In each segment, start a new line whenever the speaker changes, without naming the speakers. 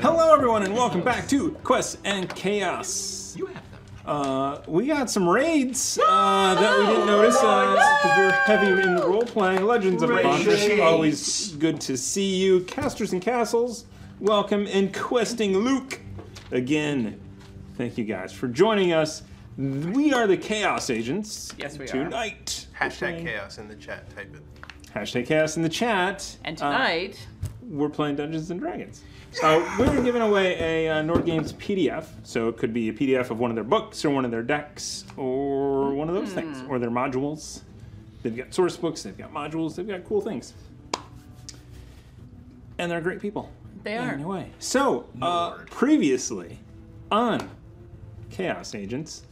Hello, everyone, and welcome back to Quests and Chaos. You have them. Uh, we got some raids uh, that we didn't notice uh, because we were heavy in the role playing. Legends of Abandrish, always good to see you. Casters and Castles, welcome. And Questing Luke, again, thank you guys for joining us. We are the Chaos Agents.
Yes, we are.
tonight. are.
Hashtag chaos in the chat, type it.
Hashtag Chaos in the chat.
And
Uh,
tonight,
we're playing Dungeons and Dragons. Uh, we're giving away a uh, Nord Games PDF, so it could be a PDF of one of their books or one of their decks or one of
Hmm.
those things or their modules. They've got source books, they've got modules, they've got cool things, and they're great people.
they are.
Anyway, so uh, previously on Chaos Agents,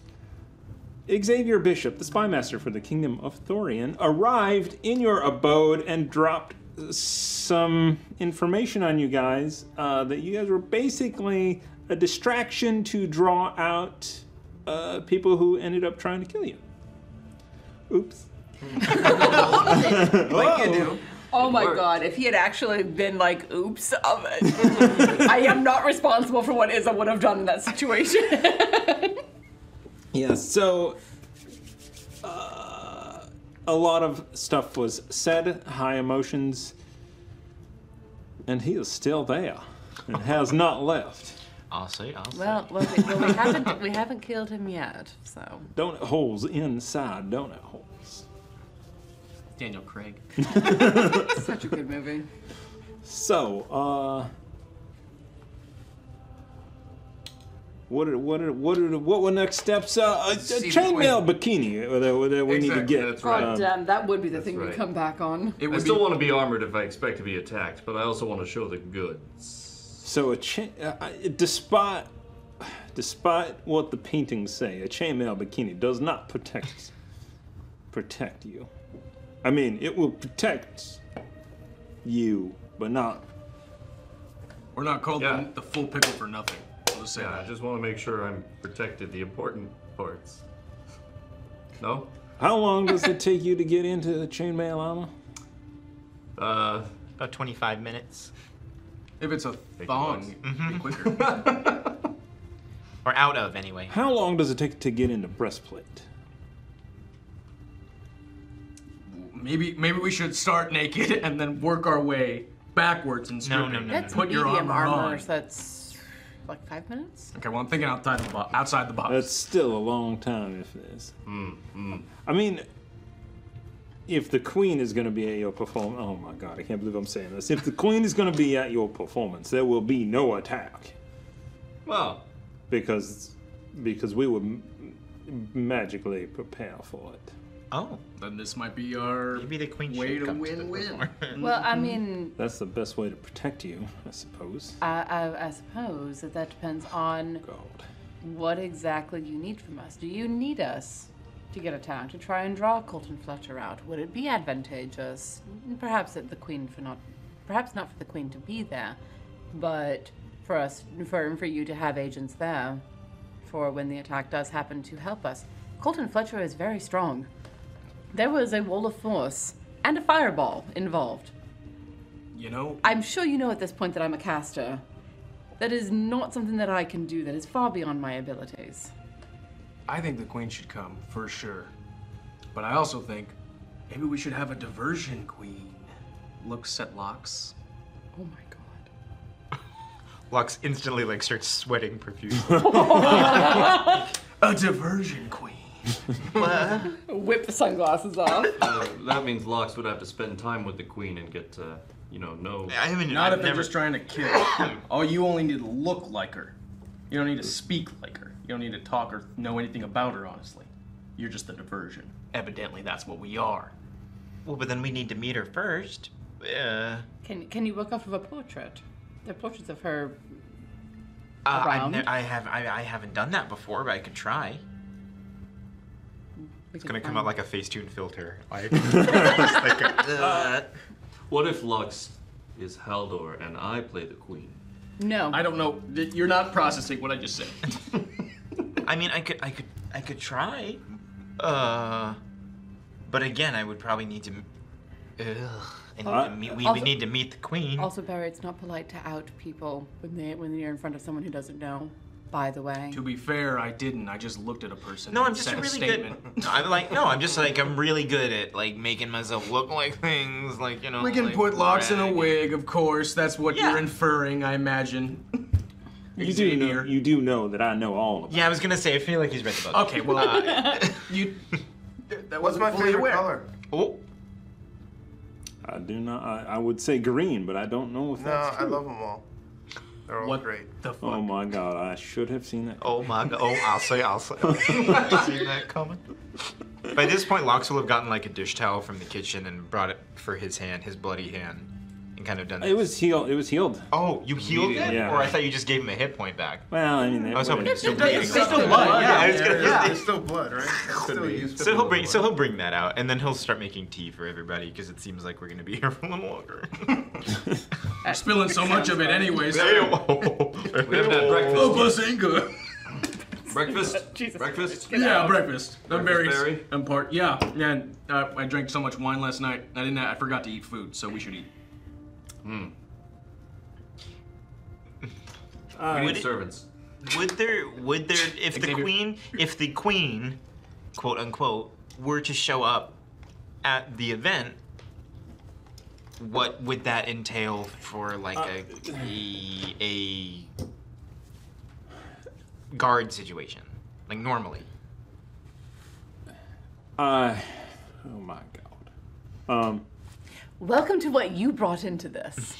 Xavier Bishop, the spy master for the Kingdom of Thorian, arrived in your abode and dropped some information on you guys uh, that you guys were basically a distraction to draw out uh, people who ended up trying to kill you. Oops.
Oh my god, if he had actually been like, oops, um, I am not responsible for what Izza would have done in that situation.
Yeah, so uh, a lot of stuff was said, high emotions, and he is still there and has not left.
I'll say, I'll say.
well, well, we, well we, haven't, we haven't killed him yet, so.
Donut holes inside donut holes.
Daniel Craig.
Such a good movie.
So, uh, what are, what are, what are, what were next steps? Uh, a, a chainmail bikini uh, that, that we need to
Exactly,
get.
that's
God
right.
Um,
damn, that would be the thing we
right.
come back on.
uh, I still want to be armored if I expect to be attacked, but I also want to show the goods.
So a chain, uh, I- despite despite what the paintings say, a chainmail bikini does not protect protect you. I mean, it will protect you, but not.
We're not called
Yeah.
the, the full pickle for nothing. I'll just say
Yeah, I just want to make sure I'm protected. The important parts. No.
How long does it take you to get into the chainmail armor?
Uh,
About 25 minutes.
that. If it's a thong, it'd be quicker.
Or out of, anyway.
How long does it take to get into breastplate?
maybe maybe we should start naked and then work our way backwards and
No,
stripping.
no, no, no,
That's
no.
Put your
medium
armor on.
so that's like five minutes?
Okay, well I'm thinking outside the box. Outside the box.
That's still a long time, if it is.
Mm,
I mean, if the queen is going to be at your performance, oh my god, I can't believe I'm saying this. If the queen is going to be at your performance, there will be no attack
well,
because because we were magically prepare for it.
Oh, then this might be our
maybe the queen
way
should
to
come to
win-win.
Well, I mean,
That's the best way to protect you, I suppose.
I, I, I suppose that that depends on what exactly you need from us. Do you need us to get a town to try and draw Colton Fletcher out? Would it be advantageous, perhaps that the queen for not, perhaps not for the queen to be there, but for us, for for you to have agents there, for when the attack does happen to help us? Colton Fletcher is very strong. There was a wall of force and a fireball involved.
You know,
I'm sure you know at this point that I'm a caster. That is not something that I can do. That is far beyond my abilities.
I think the queen should come for sure. But I also think maybe we should have a diversion queen. Looks at Locks.
Oh my
Lux instantly like starts sweating profusely.
a diversion queen.
Whip the sunglasses off.
Uh, that means Locks would have to spend time with the queen and get to, you know, know. I haven't.
Not if they're just trying to kill. oh, you only need to look like her. You don't need to speak like her. You don't need to talk or know anything about her, honestly. You're just a diversion. Evidently, that's what we are.
Well, but then we need to meet her first. Uh,
Can can you work off of a portrait? There are portraits of her.
uh, I've
Around?
ne- I have I, I haven't done that before, but I could try. It's gonna come out like a Facetune filter. Like, uh,
What if Lux is Haldor and I play the queen?
No.
I don't know. Th- You're not processing what I just said.
I mean, I could I could I could try. Uh, but again, I would probably need to. Ugh, I need to
Uh,
meet, we, we
also-
need to meet the queen.
Also, Barry, it's not polite to out people when they when you're in front of someone who doesn't know. By the way.
To be fair, I didn't. I just looked at a person.
No,
and
I'm just
said
a really good.
statement.
I'm like no, I'm just like I'm really good at like making myself look like things, like you know.
We can
like,
put locks in a
rag.
wig, of course. That's what you're inferring, I imagine.
You do know, you do know that I know all of
Yeah, I was gonna say I feel like he's read the book. Uh,
Okay, well, you. That
What's
wasn't
my
fully
favorite
aware.
color?
Oh.
I do not. I, I would say green, but I don't know if
No,
that's
Oh, I
true.
love them all. They're all
What
great.
The
Oh my god, I should have seen that.
Oh my god. Oh, I'll say, I'll say. I've seen that coming. By this point, Lox will have gotten like a dish towel from the kitchen and brought it for his hand, his bloody hand, and kind of done.
It was healed. It was healed.
Oh, you healed it,
Yeah.
or I thought you just gave him a hit point back.
Well, I mean,
I was hoping
it
it's still
would've-
blood. It's still blood. Yeah, I was gonna say.
There's still blood, right? It's still used.
So he'll bring so he'll bring that out, and then he'll start making tea for everybody because it seems like we're gonna be here for a little longer.
We're spilling so much of it, anyways.
Hey, whoa.
We have to have breakfast.
Oh, plus ain't good.
Breakfast. breakfast.
Yeah, breakfast. I'm very
Breakfast,
s- important. Yeah, and uh, I drank so much wine last night. I didn't. I forgot to eat food, so we should eat.
Hmm.
Uh,
we
would
need
it-
servants.
would there would there if the queen if the queen quote unquote were to show up at the event what would that entail for like a, a a guard situation like normally
Uh, oh my god. Um,
Welcome to what you brought into this.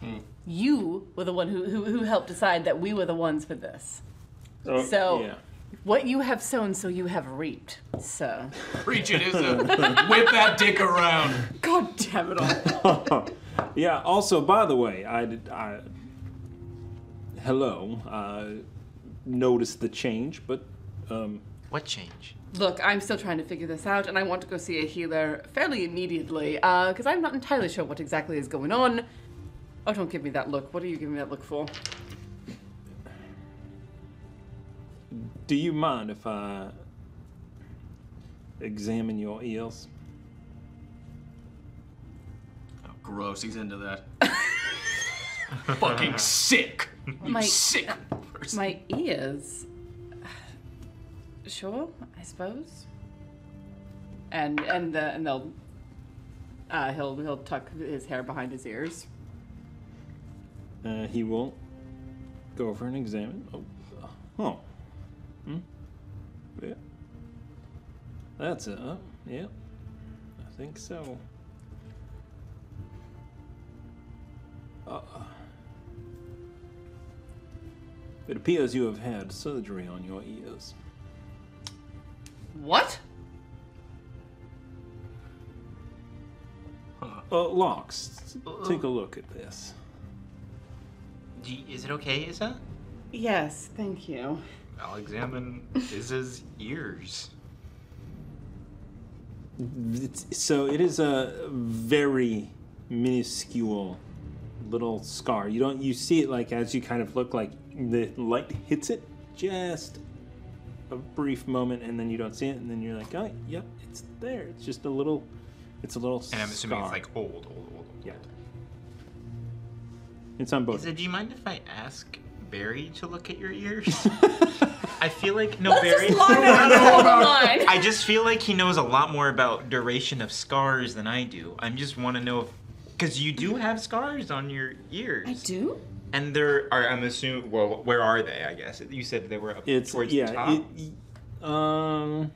Hmm.
you were the one who, who who helped decide that we were the ones for this.
oh,
So-
yeah.
What you have sown, so you have reaped. So.
Preach it, Izzo. Whip that dick around.
God damn it all.
yeah. Also, by the way, I did. I, hello. I noticed the change, but um.
What change?
Look, I'm still trying to figure this out, and I want to go see a healer fairly immediately, because I'm not entirely sure what exactly is going on. Oh, don't give me that look. What are you giving me that look for?
Do you mind if I examine your ears?
Gross. He's into that. Fucking sick. You sick.
My ears. Sure, I suppose. And and the, and they'll uh, he'll he'll tuck his hair behind his ears.
Uh, he won't go over and examine. Oh, oh. Hmm. Yeah. That's it. Huh? Yeah. I think so. Uh, it appears you have had surgery on your ears.
What?
Uh, Locks, take a look at this.
Do you- is it okay, Isa?
Yes, thank you.
I'll examine Isa's ears.
It's- so it is a very minuscule little scar. You don't you see it like as you kind of look like the light hits it just a brief moment, and then you don't see it, and then you're like, oh, yep, it's there. It's just a little. It's a little.
And I'm assuming
scar.
it's like old, old, old.
Yeah. It's on both.
Isa, do you mind if I ask Barry to look at your ears? I feel like no
Let's just
Barry.
line it up. Hold on.
I just feel like he knows a lot more about duration of scars than I do. I just want to know if, because you do have scars on your ears. I
do.
And there are, I'm assuming. Well, where are they? I guess you said they were up
It's
towards
yeah.
the top.
it- um.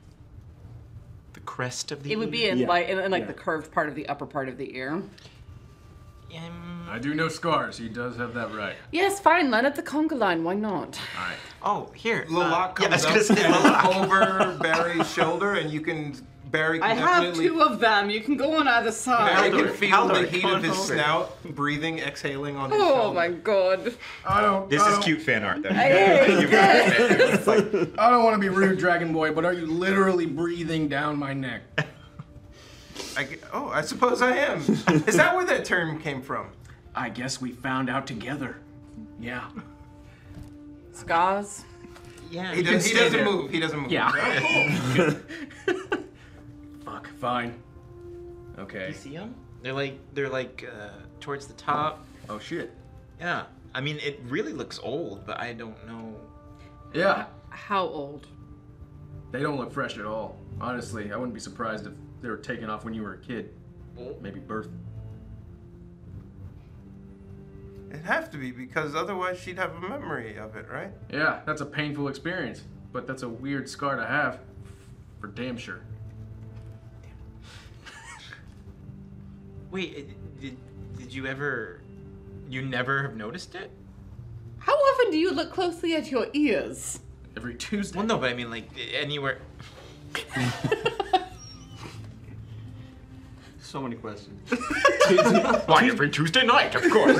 The crest of the.
It would be in
Yeah,
like in, in like the
yeah.
curved part of the upper part of the ear.
I do know scars. He does have that right.
Yes, fine. Line up the conga line. Why not?
All right.
Oh, here.
Lalak comes up and over Barry's shoulder, and you can Barry can
I have
definitely
two of them. You can go on either
Barry
side.
can feel the heat of his snout breathing, exhaling on his
Oh my god.
I don't.
This
I
is
Oh.
don't-
cute fan art, though.
Hey,
You've got it.
I don't want to be rude, Dragon Boy, but are you literally breathing down my neck?
I g oh, I suppose I am. Is that where that term came from?
I guess we found out together. Yeah.
Scars.
Yeah.
He,
You can
does, he
stay
doesn't
there.
move. He doesn't move.
Yeah.
Oh,
Fuck. Fine. Okay.
You see them? They're like they're like uh, towards the top.
Oh shit.
Yeah. I mean, it really looks old, but I don't know.
Yeah.
How old?
They don't look fresh at all. Honestly, I wouldn't be surprised if they were taken off when you were a kid. Maybe birth.
cool. It'd have to be because otherwise she'd have a memory of it, right?
Yeah, that's a painful experience, but that's a weird scar to have. For damn sure.
Wait, it- did did you ever? You never have noticed it?
How often do you look closely at your ears?
Every Tuesday.
Well, no, but I mean, like anywhere.
So many questions.
Why every Tuesday night, of course.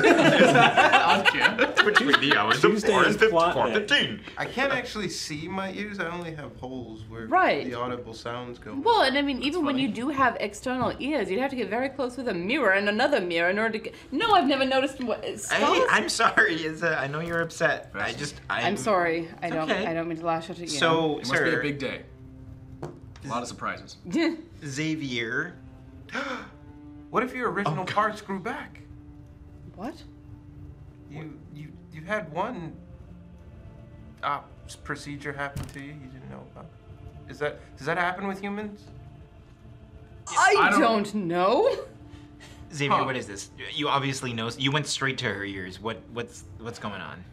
Between the hours of four and fif- four fifteen.
I can't actually see my ears. I only have holes where
Right.
the audible sounds go.
Well, and I mean, even when you do have external ears, you'd have to get very close with a mirror and another mirror in order to get. No, I've never noticed what scars.
Hey, I'm sorry, Isa. I know you're upset. I just I'm,
I'm sorry. I
It's
don't.
okay.
I don't mean to lash out at you.
So,
It must be a
sir-
big day. A lot of surprises.
Xavier.
what if your original parts grew back?
What?
You you you had one ops procedure happen to you. You didn't know about. Is that does that happen with humans?
I,
I don't-
don't, know.
Xavier,
Huh.
what is this? You obviously know. You went straight to her ears. What what's what's going on?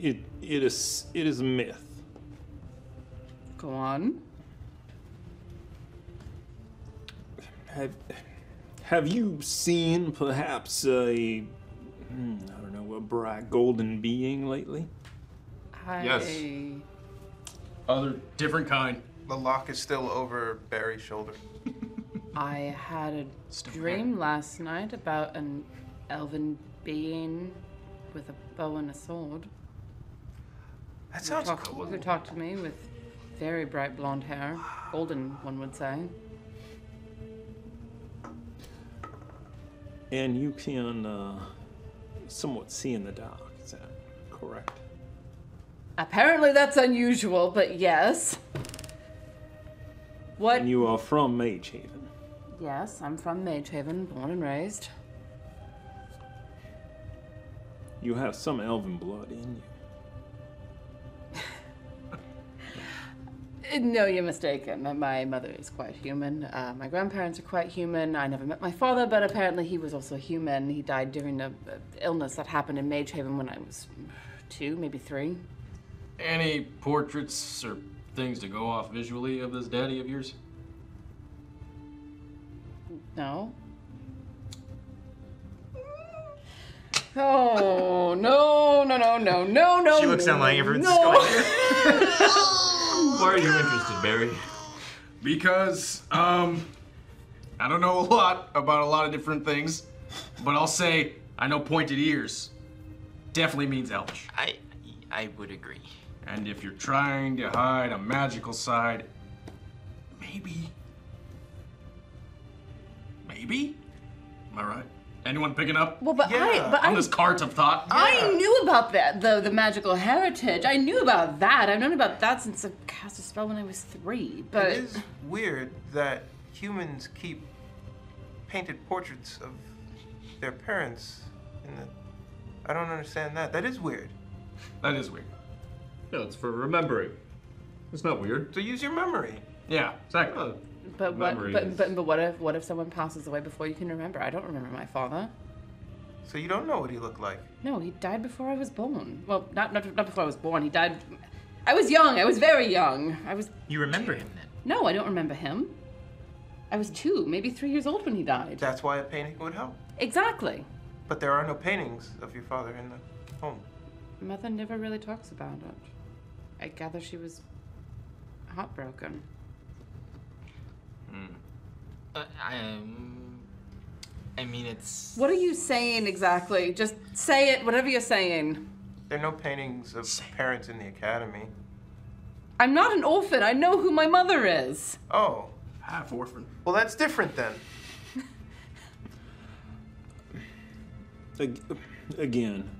It it is it is a myth.
Go on.
Have Have you seen perhaps a hmm, I don't know a bright golden being lately?
Yes. Other different kind.
The lock is still over Barry's shoulder.
I had a dream last night about an elven being with a bow and a sword.
That sounds
who talked, Who talked to me with very bright blonde hair, golden, one would say.
And you can uh, somewhat see in the dark. Is that correct?
Apparently that's unusual, but yes. What?
And you are from Magehaven.
Yes, I'm from Magehaven, born and raised.
You have some elven blood in you.
Uh, No, you're mistaken. Uh, My mother is quite human. Uh, my grandparents are quite human. I never met my father, but apparently he was also human. He died during a, a illness that happened in Magehaven when I was two, maybe three.
Any portraits or things to go off visually of this daddy of yours?
No. Oh no no no no no no!
She looks
no,
down like everyone's
no.
Why are you interested, Barry?
because um, I don't know a lot about a lot of different things, but I'll say I know pointed ears definitely means elvish. I I would agree. And if you're trying to hide a magical side, maybe, maybe, am I right? Anyone picking up?
Well, but I, but
on
I,
this cart of thought.
I knew about that though the magical heritage. I knew about that. I've known about that since I cast a spell when I was three. But
It is weird that humans keep painted portraits of their parents. In the, I don't understand that. That is weird.
That is weird.
No, it's for remembering. It's not weird. Oh,
So use your memory.
Yeah, exactly.
but what?
memory
But,
is-
but but what if what if someone passes away before you can remember? I don't remember my father.
So you don't know what he looked like.
No, he died before I was born. Well, not not, not before I was born. He died. I was young. I was very young. I was.
You remember him then?
No, I don't remember him. I was two, maybe three years old when he died.
That's why a painting would help.
Exactly.
But there are no paintings of your father in the home.
Mother never really talks about it. I gather she was heartbroken.
Hmm. Uh, I, um, I mean, it's
What are you saying exactly? Just say it, whatever you're saying.
There are no paintings of parents in the academy.
I'm not an orphan. I know who my mother is.
Oh.
Half orphan.
Well, that's different then.
Ag- again,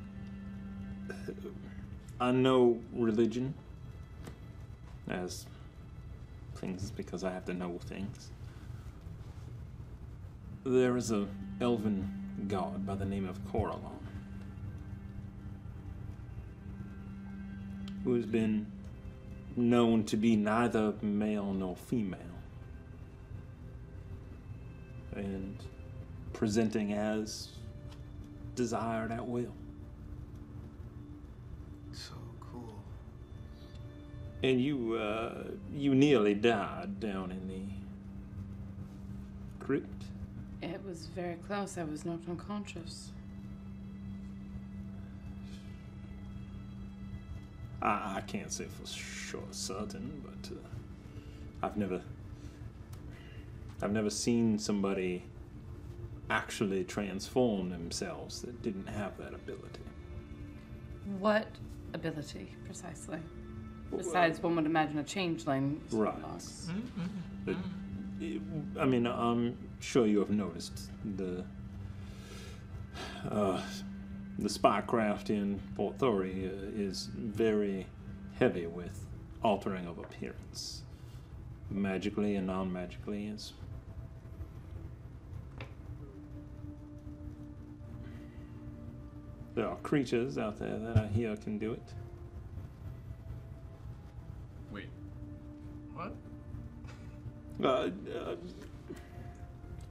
I know religion as things because I have to know things. There is a elven god by the name of Coralon who has been known to be neither male nor female and presenting as desired at will.
So cool.
And you, uh, you nearly died down in the crypt.
It was very close. I was knocked unconscious.
I, I can't say for sure certain, but uh, I've never, I've never seen somebody actually transform themselves that didn't have that ability.
What ability, precisely? Besides, one would imagine a changeling.
Right. But, I mean, I'm sure you have noticed the uh, the spycraft in Port Thori uh, is very heavy with altering of appearance, magically and non-magically. Is there are creatures out there that I hear can do it.
Wait. What?
Uh, uh,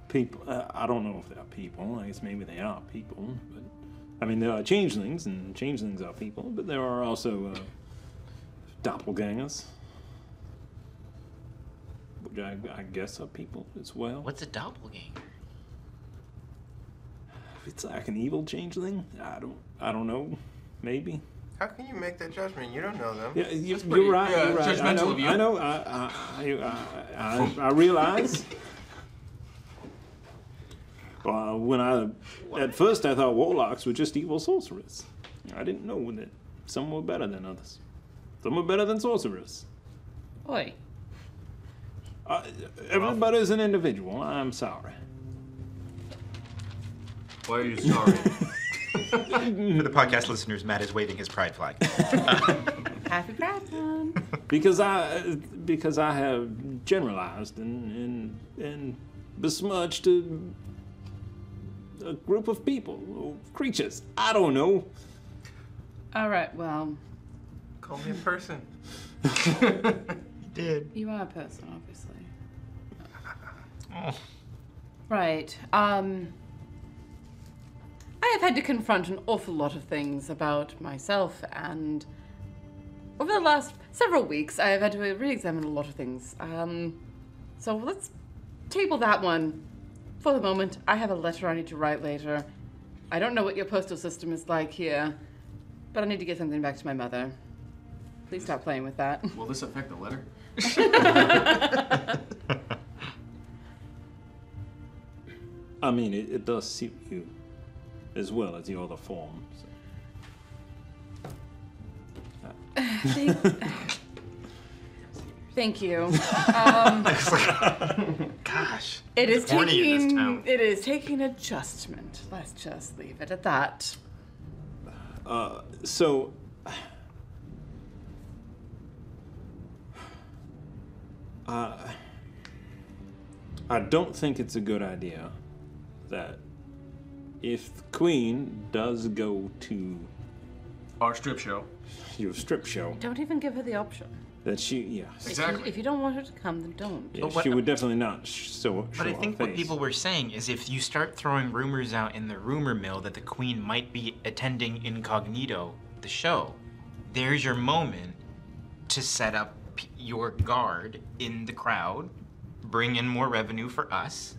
people. Uh, I don't know if they're people. I guess maybe they are people. But I mean, there are changelings, and changelings are people. But there are also uh, doppelgangers, which I, I guess are people as well. What's
a doppelganger?
It's like an evil changeling. I don't. I don't know. Maybe.
How can you make that judgment? You don't know them.
Yeah, you, are right. you're right. I know. I know. I, I, uh, I, I, I realize. well, when I at first I thought warlocks were just evil sorcerers. I didn't know that some were better than others. Some were better than sorcerers.
Oi.
Uh, everybody's an individual. I'm sorry.
Why are you sorry? For the podcast listeners, Matt is waving his pride flag.
Happy Batman.
because I because I have generalized and and, and besmirched a, a group of people, or creatures. I don't know.
All right. Well,
Call me a person.
did.
You are a person, obviously. Right. Um. I have had to confront an awful lot of things about myself, and over the last several weeks, I have had to re-examine a lot of things. Um. So let's table that one for the moment. I have a letter I need to write later. I don't know what your postal system is like here, but I need to get something back to my mother. Please stop playing with that.
Will this affect the letter?
I mean, it, it does suit you as well as the other form. so.
Thank you. Um,
Gosh.
it is
It's horny in this
taking
town.
it is taking adjustment. Let's just leave it at that.
Uh, so uh, I don't think it's a good idea that if the queen does go to
Our strip show.
your strip show
Don't even give her the option.
that she yeah
If you- If you, don't want her to come, then don't.
yeah, she would definitely not sh- so
But
show
I
her
think what
face.
people were saying is if you start throwing rumors out in the rumor mill that the queen might be attending incognito the show, there's your moment to set up p- your guard in the crowd, bring in more revenue for us,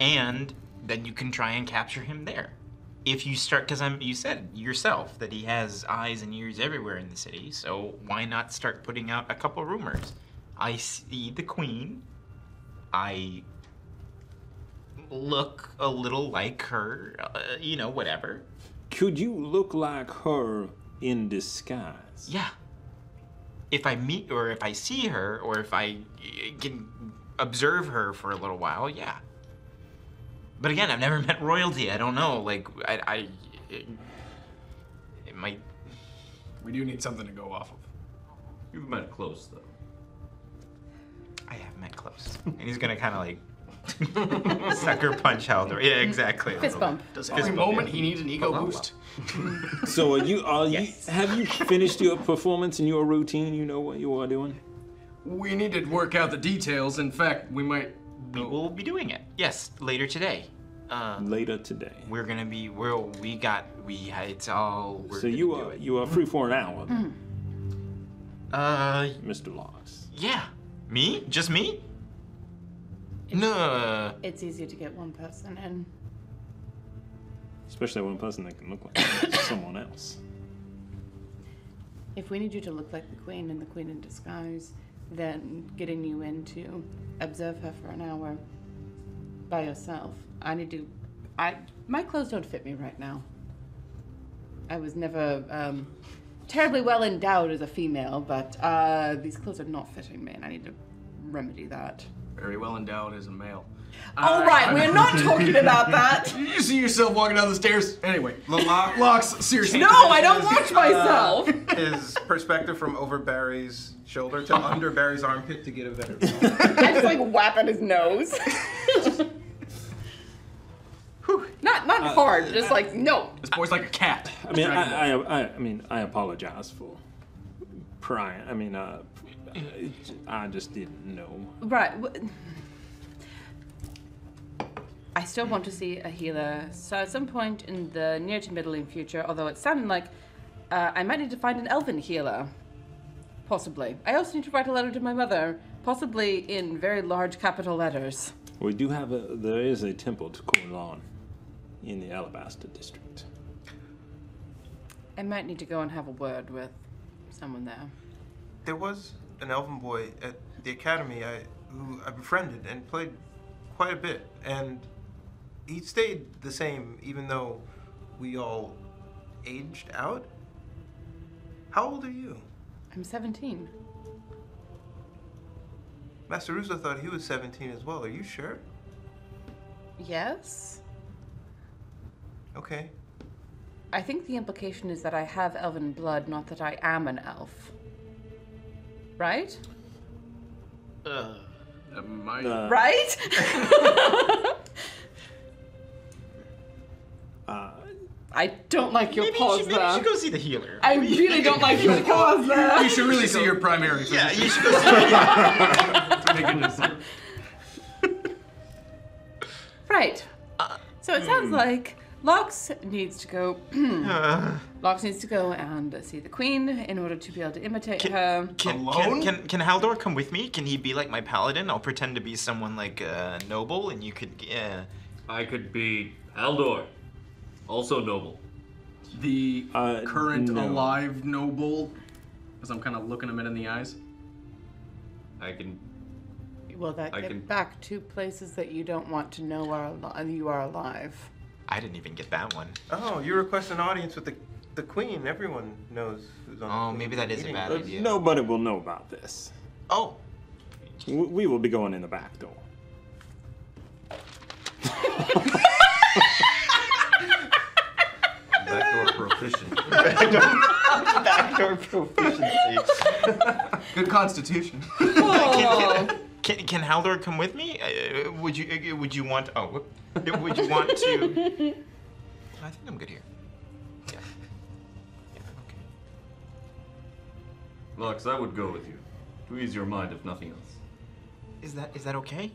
and then you can try and capture him there. If you start, because I'm, you said yourself that he has eyes and ears everywhere in the city, so why not start putting out a couple rumors? I see the queen. I look a little like her, uh, you know, whatever.
could you look like her in disguise
Yeah. If I meet or if I see her or if I uh, can observe her for a little while, yeah. But again, I've never met royalty. I don't know. Like, I, I it, it might.
We do need something to go off of.
You've met close though.
I have met close, and he's gonna kind of like sucker punch Haldor. Yeah, exactly.
Fist bump.
Fist
Every
bump,
moment
yeah.
he needs an ego boost.
So are you are you have you finished your performance and your routine? You know what you are doing?
We need to work out the details. In fact, we might.
We will be doing it. Yes, later today. Uh,
later today.
We're gonna be. We're. We got. We. It's all. We're
so you are you are free for an hour,
Uh,
Mr. Locks.
yeah. Me? Just me? No.
It's easier to get one person in.
Especially one person that can look like someone else.
If we need you to look like the queen and the queen in disguise, then getting you in to observe her for an hour by yourself. I need to. I my clothes don't fit me right now. I was never um, terribly well endowed as a female, but uh, these clothes are not fitting me, and I need to remedy that.
Very well endowed as a male.
All right, we're not talking about that.
You see yourself walking down the stairs. Anyway, Locke, Locks, seriously.
No, I don't watch myself.
Uh,
His perspective from over Barry's shoulder to under Barry's armpit to get a better.
I just like whap at his nose. not not
Uh,
hard, just like no.
This boy's like a cat.
I mean, I, I, I, I mean, I apologize for prying. I mean, uh, I just didn't know.
Right. w- I still want to see a healer. So at some point in the near to middling future, although it's sounding like uh, I might need to find an elven healer. Possibly. I also need to write a letter to my mother, possibly in very large capital letters.
We do have a there is a temple to Korlan in the Alabaster district.
I might need to go and have a word with someone there.
There was an elven boy at the academy I, who I befriended and played quite a bit, and he stayed the same even though we all aged out. How old are you?
I'm 17.
Master Russo thought he was 17 as well. Are you sure?
Yes?
Okay.
I think the implication is that I have elven blood, not that I am an elf. Right?
Uh, my,
Uh,
right? I don't like your pause
Maybe
there.
you should go see the healer.
I really don't like your pause there.
You should really see your primary.
Yeah, you should
go
Right. So it
Hmm.
sounds like Lux needs to go.
Uh.
Lux needs to go and see the queen in order to be able to imitate her.
Can, can, can, can Haldor come with me? Can he be like my paladin? I'll pretend to be someone like uh, noble, and you could. Uh,
I could be Haldor, also noble.
The
Uh,
current
no.
alive noble, as I'm kind of looking him in the eyes.
I can.
Will that
I
get
can-
back to places that you don't want to know are al- you are alive?
I didn't even get that one.
Oh, you request an audience with the the queen. Everyone knows who's on.
Oh, maybe that is a bad idea.
Uh, Nobody will know about this.
Oh.
We, we will be going in the back door.
Backdoor proficient.
Backdoor
proficiency.
Good constitution.
can, can, can, can Haldor come with me? Uh, would you uh, would you want? Oh, whoop. Uh, would you want to? I think I'm good here.
Lux, I would go with you. To ease your mind, if nothing else.
Is that is that okay?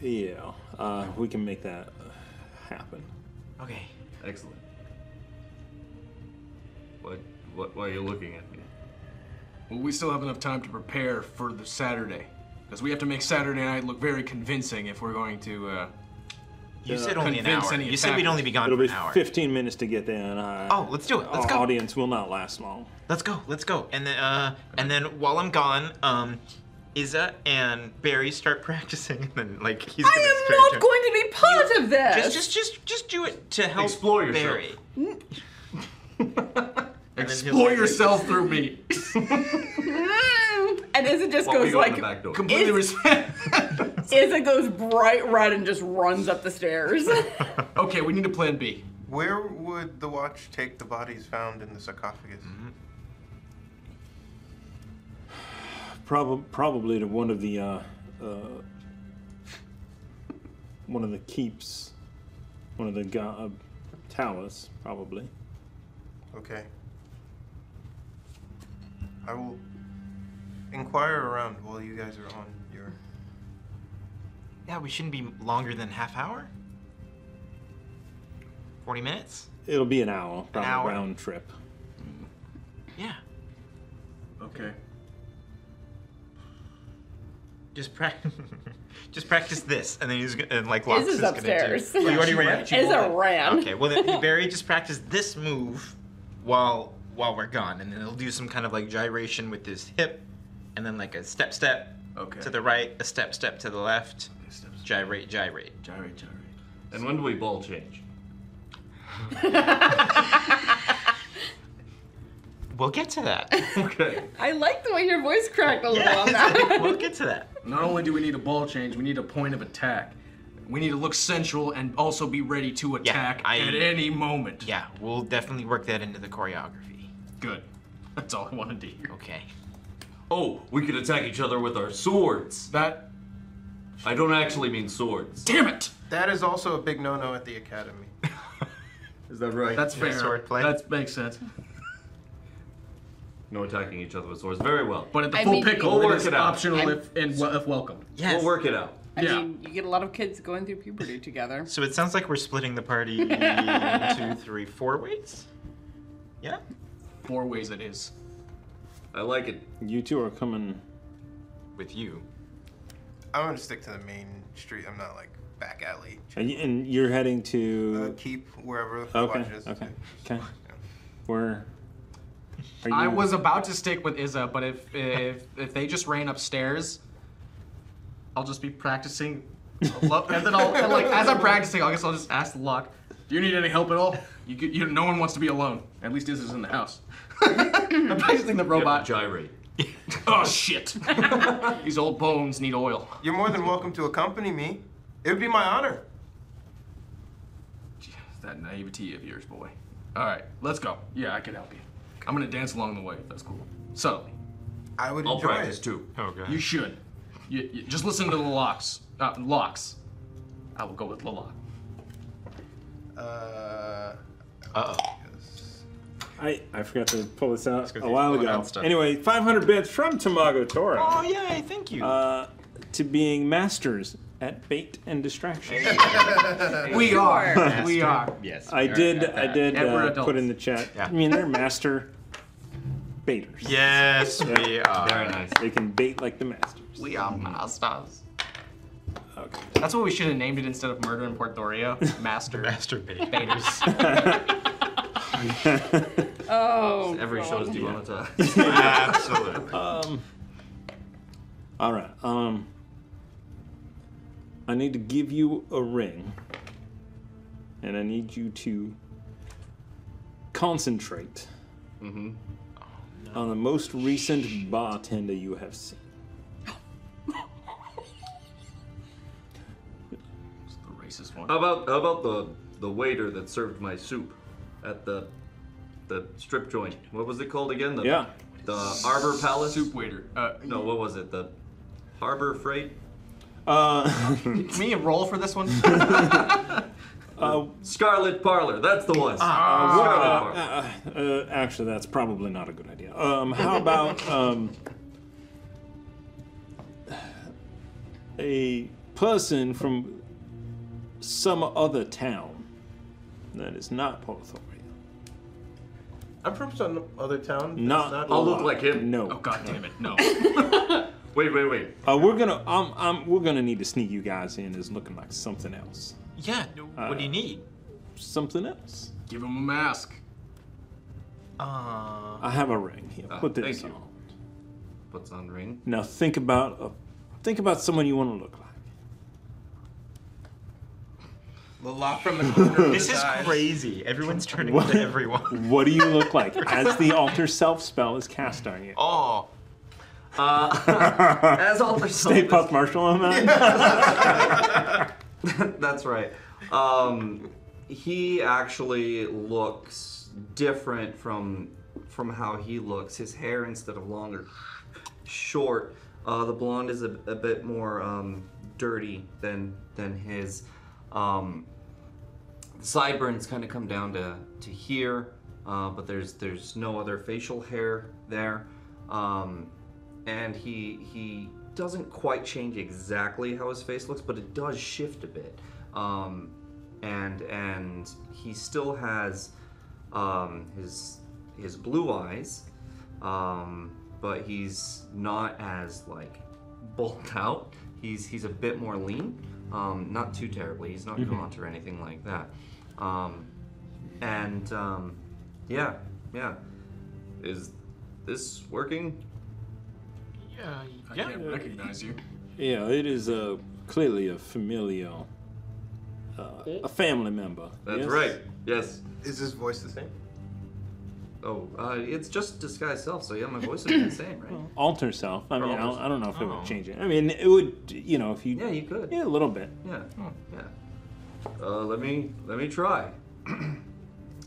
Yeah, uh, we can make that happen.
Okay.
Excellent. What, what, why are you looking at me?
Well, we still have enough time to prepare for the Saturday, because we have to make Saturday night look very convincing if we're going to. Uh,
You
uh,
said only an
convince
hour.
any
You said we'd
attackers.
only be gone It'll for an be hour. 15 minutes to get there, and I.
Oh, let's do it. Let's
our
go.
audience will not last long.
Let's go. Let's go. And then uh, and then while I'm gone, um, Iza and Barry start practicing, and then like he's gonna start
I'm
doing-
not going to be part of
Just,
this.
just, just, just do it to help
Explore yourself.
Barry.
Explore yourself through me.
Mm. and Izza just goes like,
completely respect.
Izza goes bright red and just runs up the stairs.
okay, we need a plan B.
Where would the watch take the bodies found in the sarcophagus?
Mm-hmm.
Probably, probably to one of the, uh, uh, one of the keeps, one of the go- uh, towers, probably.
Okay. I will inquire around while you guys are on your.
Yeah, we shouldn't be longer than half hour. Forty minutes.
It'll be an hour, probably
hour.
round trip.
Yeah.
Okay.
Just practice. just practice this, and then he's gonna, and like Locks
Izza's
is gonna
upstairs.
do. Oh, you already
She
ran.
ran. Izza ran.
Okay. Well, then Barry just practice this move while while we're gone, and then he'll do some kind of like gyration with his hip, and then like a step step
Okay.
to the right, a step step to the left, gyrate, gyrate,
gyrate, gyrate. And when do we ball change?
We'll get to that.
okay.
I like the way your voice cracked a little on that.
we'll get to that.
Not only do we need a ball change, we need a point of attack. We need to look sensual and also be ready to attack at any moment.
Yeah, we'll definitely work that into the choreography.
Good. That's all I wanted to hear.
Okay.
Oh, we could attack each other with our swords.
That.
I don't actually mean swords.
Damn it!
That is also a big no-no at the academy.
Is that right?
That's fair.
Swordplay.
That makes sense.
No attacking each other with swords. Very well.
But at the
I
full
mean-
pickle,
We'll
it
work
is
it out.
optional if, and wel- if welcome.
Yes.
We'll work it out.
I
Yeah.
mean, you get a lot of kids going through puberty together.
So it sounds like we're splitting the party in two, three, four ways. Yeah.
Four ways it is.
I like it.
You two are coming.
With you.
I'm gonna stick to the main street. I'm not like back alley.
And, y- and you're heading to.
Uh,
Keep wherever the
okay,
watch is.
okay, okay. Where. Are
I
you-
was about to stick with Izza, but if if if they just ran upstairs, I'll just be practicing. Lo- and then I'll and like as I'm practicing, I guess I'll just ask Luck, "Do you need any help at all? You, could- you no one wants to be alone. At least Izza's in the house." I'm practicing the robot
gyrate.
oh shit! These old bones need oil.
You're more than welcome to accompany me. It would be my honor.
That naivety of yours, boy. All right, let's go. Yeah, I can help you. I'm gonna dance along the way. if That's cool. Subtly.
I would
I'll
enjoy
practice
it.
too.
Oh god.
You should. You, you- just listen to the locks. Uh, locks. I will go with Lilock.
Uh,
Uh oh.
I, I forgot to pull this out a
he's
while
pulling
ago.
out stuff.
Anyway, 500 bits from Tamago Tora.
Oh yay! Thank you.
Uh, to being masters at bait and distraction.
We are. We are.
Yes.
I did. I did
And we're
uh,
adults.
put in the chat.
Yeah.
I mean, they're master baiters.
Yes,
Yeah.
we are. Very nice.
They can bait like the masters.
We are masters. Okay. Mm-hmm. That's what we should have named it instead of Murder in Port Doria. Master.
Masturbate.
Baiters.
Oh.
Every show is
God.
demonetized. Absolutely.
Um, all right. Um, I need to give you a ring, and I need you to concentrate on the most recent bartender you have seen.
the racist one. How about how about the the waiter that served my soup at the the strip joint? What was it called again? The,
Yeah.
The Arbor Palace.
Soup waiter. Uh,
no, what was it? The Harbor Freight.
Uh,
me a roll for this one.
Scarlet Parlor. That's the one.
Uh, what,
Scarlet
uh,
Parlor.
uh, uh, actually, that's probably not a good idea. Um, how about um, a person from some other town that is not Porthoria?
I'm from some other town. that's
Not,
a
Locke.
lot.
Oh,
No.
Oh, God damn it! No.
wait, wait, wait.
Uh, we're gonna. I'm, I'm, we're gonna need to sneak you guys in. Is looking like something else.
Yeah.
what do you
need?
Something else.
Give him a mask.
Uh,
I have a ring here.
Ah,
Put this
thank
on.
you. Puts on ring.
Now think about a, think about someone you want to look like.
The lock from the corner. of
This
his
is
eye.
crazy. Everyone's turning to everyone.
What do you look like as the alter self spell is cast on you?
Oh.
Uh, as alter self
Stay
is-
puff Marshall on that.
That's right. Um, he actually looks different from from how he looks. His hair instead of longer, short. Uh, the blonde is a, a bit more um, dirty than than his. Um, the sideburns kind of come down to to here, uh, but there's there's no other facial hair there. Um, and he he doesn't quite change exactly how his face looks, but it does shift a bit. Um, and and he still has um, his his blue eyes, um, but he's not as like bulked out. He's he's a bit more lean, um, not too terribly. He's not
Mhm.
gaunt or anything like that. Um, and um, yeah, yeah. Is this working?
Yeah.
I can't recognize you.
Yeah, it is uh, clearly a familial, uh, a family member.
That's
yes?
right. Yes.
Is his voice the same?
Oh, uh, it's just disguise self. So yeah, my voice would be the same, right?
Alter self. I mean, I don't,
Alter-
I don't know if it would
Oh.
change it. I mean, it would, you know, if you.
Yeah, you could.
Yeah, a little bit.
Yeah. Oh, Yeah. Uh, let me let me try.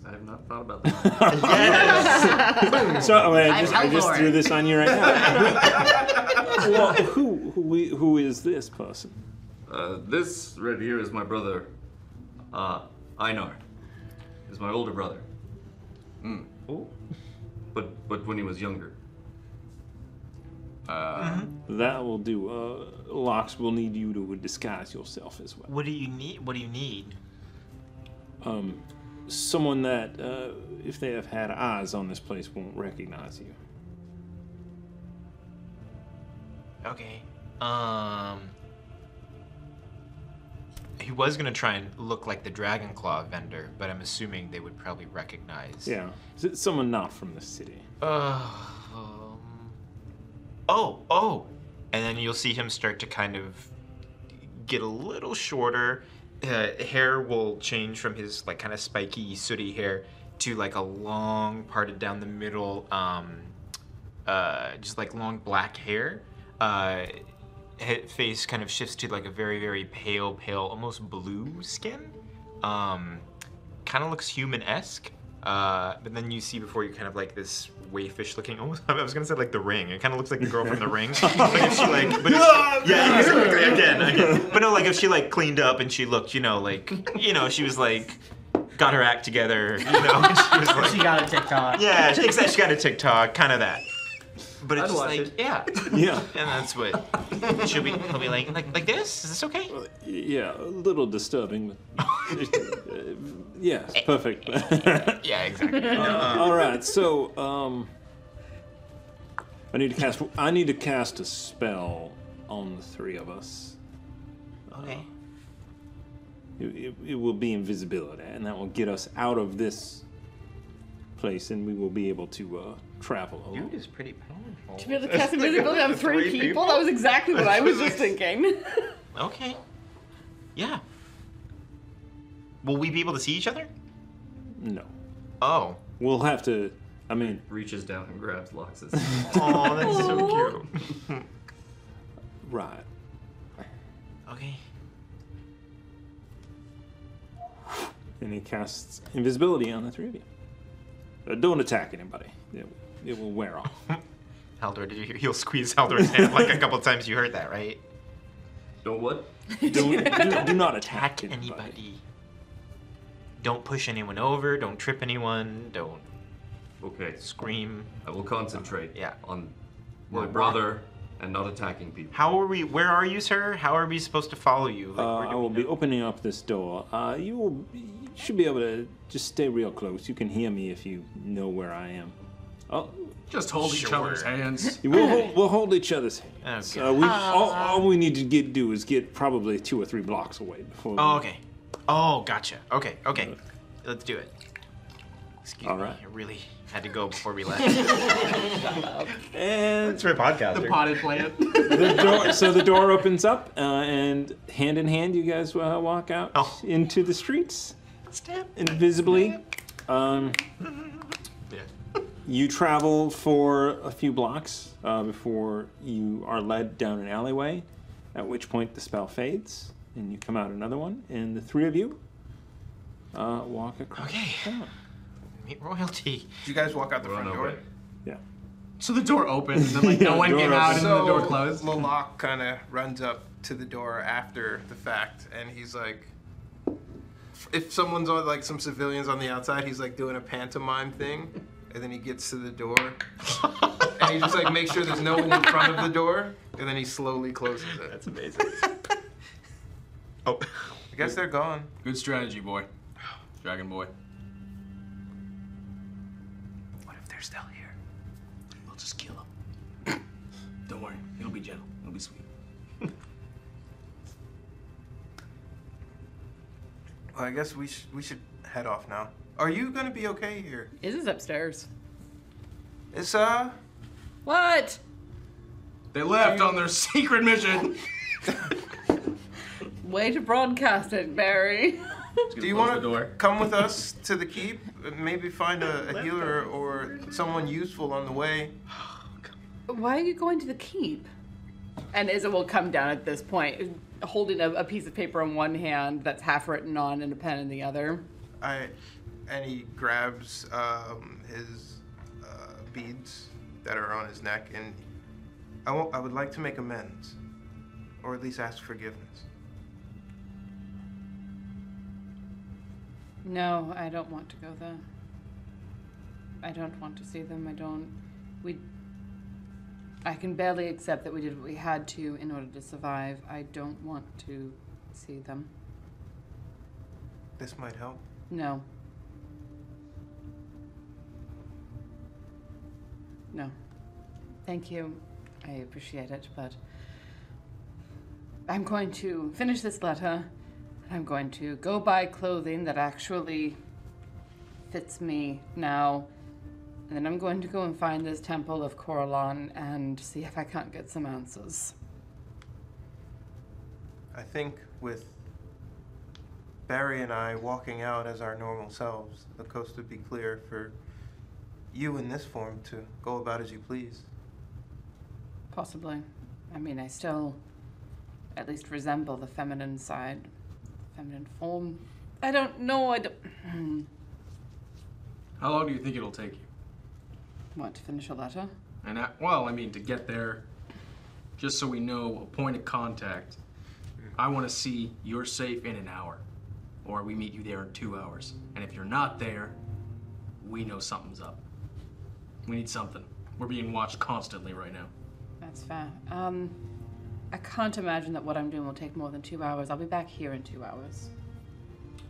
I have not thought about that.
so I, mean, I
I'm
just, I just
Hellboy.
threw this on you right now. well, who, who who is this person?
Uh, this right here is my brother, uh, Einar. Is my older brother. Mm. Oh. But but when he was younger.
Uh, That will do. Uh, Locks will need you to disguise yourself as well.
What do you need? What do you need?
Um, someone that, uh, if they have had eyes on this place, won't recognize you.
Okay. Um. He was gonna try and look like the Dragon Claw vendor, but I'm assuming they would probably recognize.
Yeah, Is it someone not from the city.
Uh, um, oh, oh. And then you'll see him start to kind of get a little shorter. Uh, hair will change from his like kind of spiky, sooty hair to like a long, parted down the middle, um, uh, just like long black hair. Uh, he- face kind of shifts to like a very, very pale, pale, almost blue skin. Um, kind of looks human-esque. Uh, but then you see before you kind of like this waifish looking. Almost, I was gonna say like the ring. It kind of looks like the girl from the ring. Like if she like, but if- yeah, exactly. Again, again. But no, like if she like cleaned up and she looked, you know, like you know, she was like got her act together. You know, and she was like,
She got a TikTok.
yeah, she, exactly, she got a TikTok, kind of that. But it's
I'd
just
watch
like,
it.
yeah,
Yeah.
and that's what she'll be. He'll be like, like, like this. Is this okay?
Yeah, a little disturbing, but uh, yes, perfect.
yeah, exactly.
Uh, all right, so um, I need to cast. I need to cast a spell on the three of us. Uh,
Okay.
It, it, it will be invisibility, and that will get us out of this place, and we will be able to uh, travel. A
Dude is pretty powerful.
To be able to cast invisibility on three, people? That was exactly what I was just thinking.
Okay. Yeah. Will we be able to see each other?
No.
Oh.
We'll have to. I mean,
reaches down and grabs Lox's.
Oh, that's so cute.
right.
Okay.
And he casts invisibility on the three of you. Uh, don't attack anybody. It, it will wear off.
Haldor, did you hear? He'll squeeze Haldor's hand like a couple times. You heard that, right?
Don't what?
Don't, do, do not
attack anybody. Don't push anyone over. Don't trip anyone. Don't
Okay.
scream.
I will concentrate.
Yeah.
On
Well,
my brother and not attacking people.
How are we? Where are you, sir? How are we supposed to follow you?
Uh, I will be opening up this door. Uh, you, will, you should be able to just stay real close. You can hear me if you know where I am. Oh,
Just hold each other's hands.
We'll, hold, we'll hold each other's hands. Uh, we, all, all we need to get do is get probably two or three blocks away before.
Oh, okay. Oh, gotcha. Okay, okay. Let's do it. Excuse
All
me.
right.
I really had to go before we left.
and
it's for podcast.
The potted plant.
the door, so the door opens up, uh, and hand in hand, you guys uh, walk out
Oh.
into the streets invisibly. Um, You travel for a few blocks uh, before you are led down an alleyway, at which point the spell fades, and you come out another one, and the three of you uh, walk across. Okay.
Meet royalty.
Did you guys walk out the front door?
Yeah.
So the door opened, and then like no one came out, and
so
the door closed.
Lalak kind of runs up to the door after the fact, and he's like, if someone's on like some civilians on the outside, he's like doing a pantomime thing, and then he gets to the door, and he just like makes sure there's no one in front of the door, and then he slowly closes it. That's
amazing.
oh, I guess they're gone.
Good strategy, boy. Dragon boy.
What if they're still here?
We'll just kill him. Don't worry, it'll be gentle. It'll be sweet.
Well, I guess we sh- we should head off now. Are you gonna be okay here?
Is this upstairs?
It's uh.
What?
They left on their secret mission.
Way to broadcast it, Barry.
Do you want to come with us to the keep? and uh, Maybe find a, a healer or someone useful on the way.
Why are you going to the keep? And Izza will come down at this point, holding a, a piece of paper in one hand that's half written on and a pen in the other.
I, and he grabs um, his uh, beads that are on his neck, and I, will I would like to make amends, or at least ask forgiveness.
No, I don't want to go there. I don't want to see them. I don't. We. I can barely accept that we did what we had to in order to survive. I don't want to see them.
This might help.
No. No. Thank you. I appreciate it, but I'm going to finish this letter. I'm going to go buy clothing that actually fits me now. And then I'm going to go and find this temple of Coralon and see if I can't get some answers.
I think with Barry and I walking out as our normal selves, the coast would be clear for you in this form to go about as you please.
Possibly. I mean, I still at least resemble the feminine side, feminine form. I don't know. I don't.
How long do you think it'll take you?
what, to finish a letter?
And I, well, I mean, to get there, just so we know a point of contact. I want to see you're safe in an hour, or we meet you there in two hours. And if you're not there, we know something's up. We need something. We're being watched constantly right now.
That's fair. Um, I can't imagine that what I'm doing will take more than two hours. I'll be back here in two hours.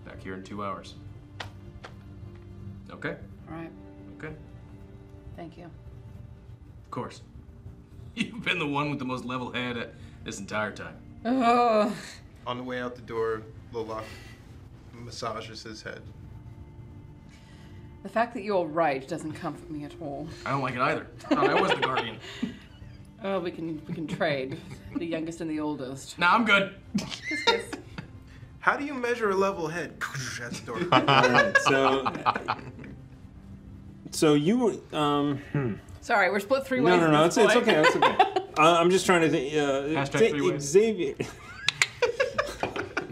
Back here in two hours. Okay.
All right.
Okay. Of
Thank you.
course. You've been the one with the most level head uh, this entire time.
Oh.
On the way out the door, Lolok massages his head.
The fact that you're right doesn't comfort me at all.
I don't like it either. I thought I was the guardian.
Oh, we can we can trade. the youngest and the oldest.
Now I'm good.
How do you measure
Oh
a level head? That's the door.
Alright, so, so you, um, hmm.
Sorry, we're split three ways.
no, no,
at
no, it's,
this
it's
point.
okay, it's okay. Uh, I'm just trying to think. Uh,
Hashtag
Xa-
three ways.
Xavier.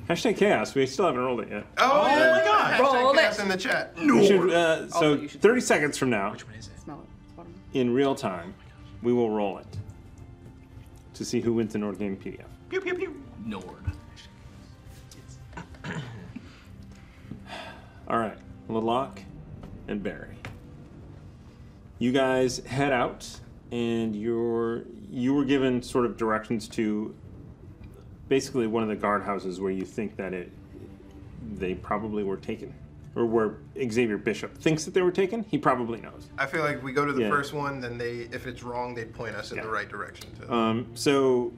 Hashtag chaos. We still haven't rolled it yet.
Oh, my god! Hashtag
Roll
chaos
it.
in the chat.
We should, uh, so 30 seconds from now,
Smell
in real time, we will roll it to see who wins the Nord Gamepedia.
it. Pew pew pew.
Nord.
All right, Laloc and Barry. You guys head out, and you're you were given sort of directions to basically one of the guardhouses where you think that it they probably were taken, or where Xavier Bishop thinks that they were taken. He probably knows.
I feel like we go to the
Yeah.
first one, then they, if it's wrong, they point us in the right direction. To
Um, so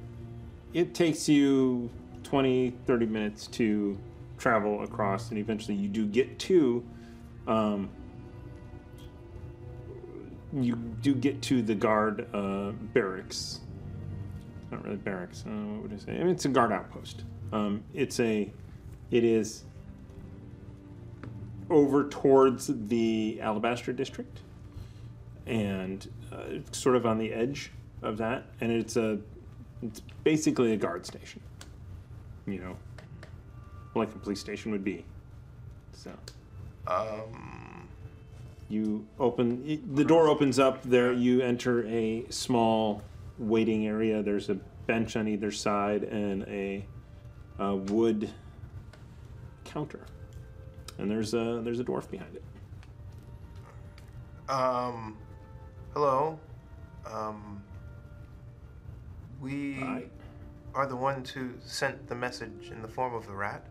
it takes you 20, 30 minutes to travel across, and eventually you do get to. Um, you do get to the guard uh, barracks. Not really barracks. Uh, what would I say? I mean, it's a guard outpost. Um, it's a. It is over towards the Alabaster district and uh, it's sort of on the edge of that, and it's a it's basically a guard station, you know, like a police station would be. So, um, you open y- the door opens up. There, you enter a small waiting area. There's a bench on either side and a, uh wood counter, and there's a there's a dwarf behind it.
Um, hello. Um, we are the ones who sent the message in the form of the rat.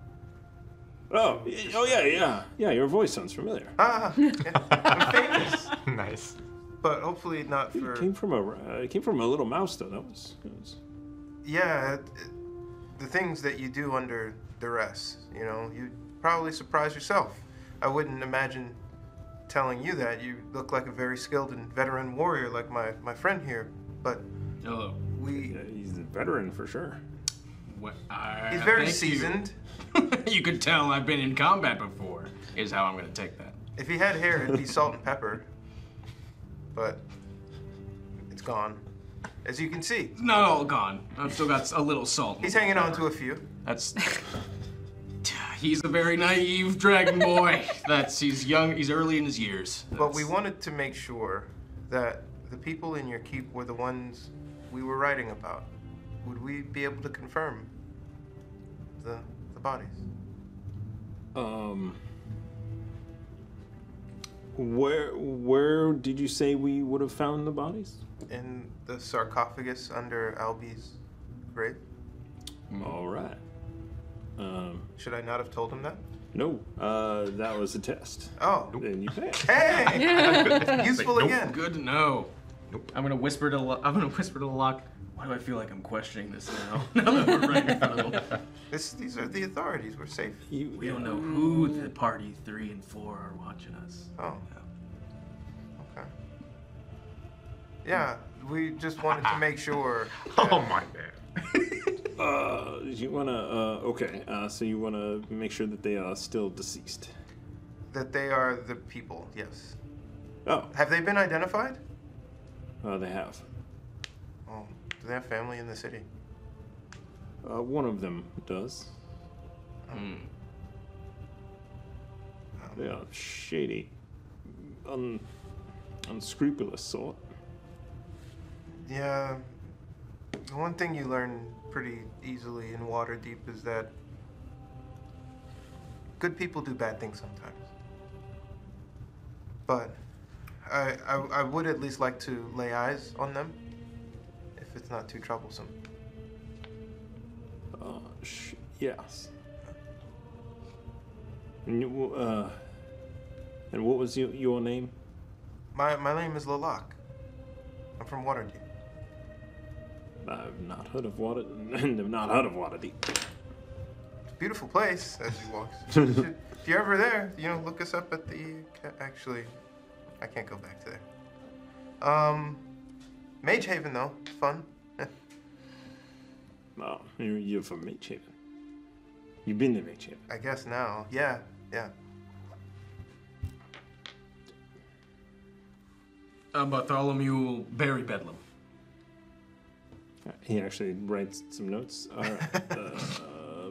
Oh, y- oh yeah, yeah, yeah. Your voice sounds familiar.
Ah, I'm famous.
nice.
But hopefully not for.
It came from a uh, it came from a little mouse though. That was, that was
Yeah, it- it- the things that you do under duress, you know, you probably surprise yourself. I wouldn't imagine telling you that. You look like a very skilled and veteran warrior, like my, my friend here, but.
Hello.
We.
he's a veteran for sure.
What, I-
He's very
thank you.
seasoned.
you could tell I've been in combat before. Is how I'm gonna take that.
If he had hair, it'd be salt and pepper. But it's gone. As you can see.
It's not all gone. I've still got a little salt.
He's hanging on to a few.
That's. He's a very naive dragon boy. That's he's young. He's early in his years.
But we wanted to make sure that the people in your keep were the ones we were writing about. Would we be able to confirm the the bodies?
Um. Where where did you say we would have found the bodies?
In the sarcophagus under Albi's grave? Hmm.
All right. Um,
Should I not have told him that?
no, uh, that was a test.
Oh.
And you passed.
Hey! Useful
Like, nope,
again.
Good to know. I'm gonna whisper to. Lo- I'm gonna whisper to Locke. Why do I feel like I'm questioning this now? now that we're right in front of him.
This, these are the authorities. We're safe.
we don't know who the party three and four are watching us.
Oh. Okay. Yeah, we just wanted to make sure. oh my god.
Uh, you wanna uh, okay? Uh, so you wanna make sure that they are still deceased.
That they are the people, yes.
Oh.
Have they been identified?
Uh, they have.
Oh, do they have family in the city?
Uh, one of them does. They are shady, un- unscrupulous sort.
Yeah. The one thing you learn pretty easily in Waterdeep is that good people do bad things sometimes. But I, I, I would at least like to lay eyes on them if it's not too troublesome.
Uh, sh- yes. And you, uh, and what was your, your name?
My, my name is Lalak. I'm from Waterdeep.
I've not heard of Water, and have not heard of Waterdeep.
beautiful place as he walks. if you're ever there, you know, look us up at the. ca- Actually, I can't go back to there. Um, Mage Haven though, fun.
Oh, you're, you're from Magehaven. You've been to Magehaven.
I guess now. Yeah, yeah.
Uh, Bartholomew Barry Bedlam.
He actually writes some notes. All right. uh,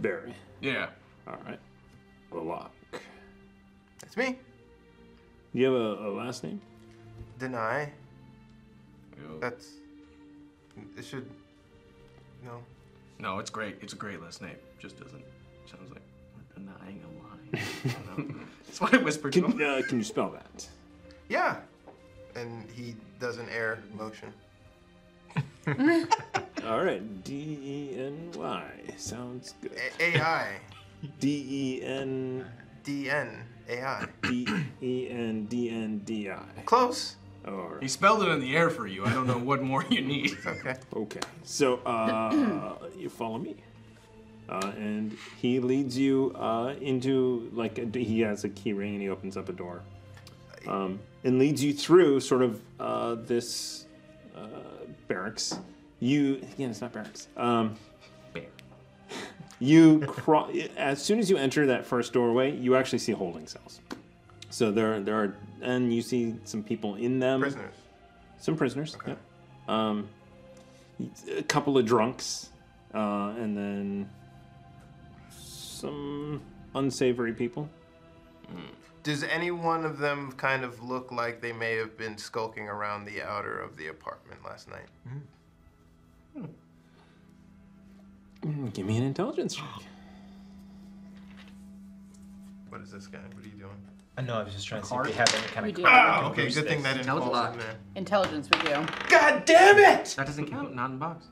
Barry.
Yeah.
All right. Locke.
That's me.
Do you have a, a last name?
Deny. That's. It should. No.
No, it's great. It's a great last name. Just doesn't sounds like we're denying a line. I don't know. That's what I whispered
can, Uh, can you spell that?
Yeah. And he does an air motion.
All right. D E N Y. Sounds good.
AI.
D E N.
D N A I.
D E N D N D I.
Close.
All right.
He spelled it in the air for you. I don't know what more you need.
Okay.
Okay. So uh, you follow me, uh, and he leads you uh, into like a, he has a key ring and he opens up a door, um, and leads you through sort of uh, this uh, barracks. You again, it's not barracks. Um, you cro- as soon as you enter that first doorway, you actually see holding cells. So there, there are, and you see some people in them.
Prisoners.
Some prisoners. yeah. Um, a couple of drunks, uh, and then some unsavory people.
Does any one of them kind of look like they may have been skulking around the outer of the apartment last night?
Mm, Give me an intelligence check.
What is this guy? What are you doing?
Uh, no, I was just trying to see if
Card?
they have any kind
We
of
do.
card.
Ah,
that can
okay,
boost
good thing
this.
that didn't That was fall locked. in there.
Intelligence we do.
God damn it!
That doesn't count. Not in box.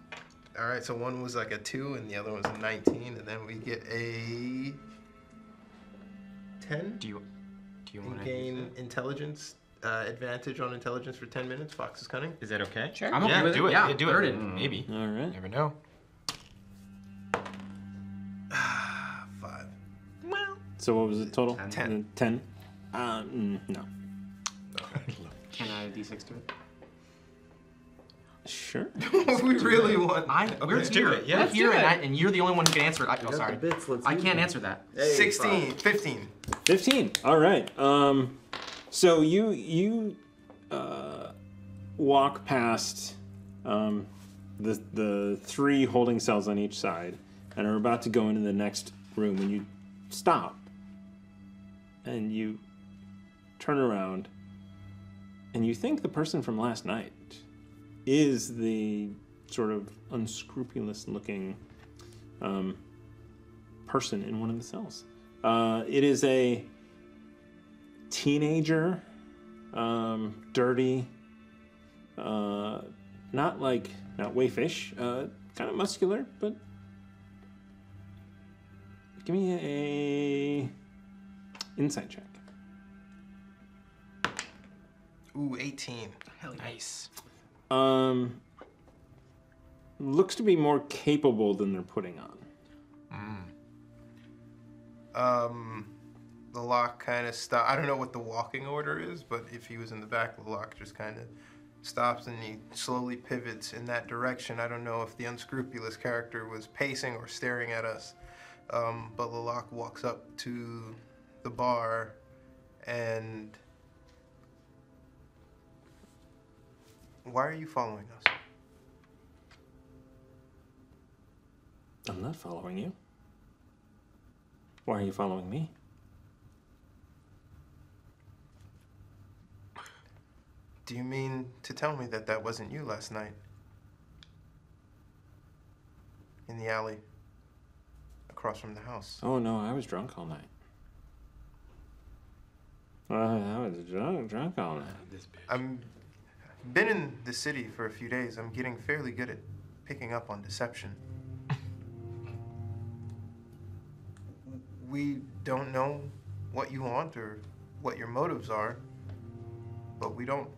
All right, so one was like a two, and the other was a nineteen, and then we get a ten.
Do you do you
and
want to?
gain intelligence uh, advantage on intelligence for ten minutes? Fox is cunning.
Is that okay?
Sure.
I'm okay
Yeah,
with
do
it.
it.
Yeah,
Yeah,
do
bird
it.
it. Mm.
Maybe.
All right.
Never know.
So what was the total?
Ten.
Uh, Ten. Um, mm, no.
Can I add a d6 to it?
Sure.
we really want.
I, We're
Let's
here.
do it, yeah.
We're
Let's
here,
do
and,
it.
I, and you're the only one who can answer it. I, oh,
got
sorry.
the bits, let's
I
use
can't
them.
answer that.
16, 15.
15 all right um so you you uh walk past um the the three holding cells on each side and are about to go into the next room and you stop and you turn around and you think the person from last night is the sort of unscrupulous looking um, person in one of the cells. Uh, it is a teenager, um, dirty, uh, not like not wayfish, uh, kind of muscular, but give me a insight check.
Ooh, 18.
Hell Nice.
Um, looks to be more capable than they're putting on.
Um, the lock kind of stop. I don't know what the walking order is, but if he was in the back, the lock just kind of stops and he slowly pivots in that direction. I don't know if the unscrupulous character was pacing or staring at us, um, but Lalak walks up to the bar and. Why are you following us?
I'm not following you. Why are you following me?
Do you mean to tell me that that wasn't you last night? In the alley. Across from the house.
Oh no, I was drunk all night. Uh, I was drunk, drunk all night.
I'm been in the city for a few days. I'm getting fairly good at picking up on deception. we don't know what you want or what your motives are, but we don't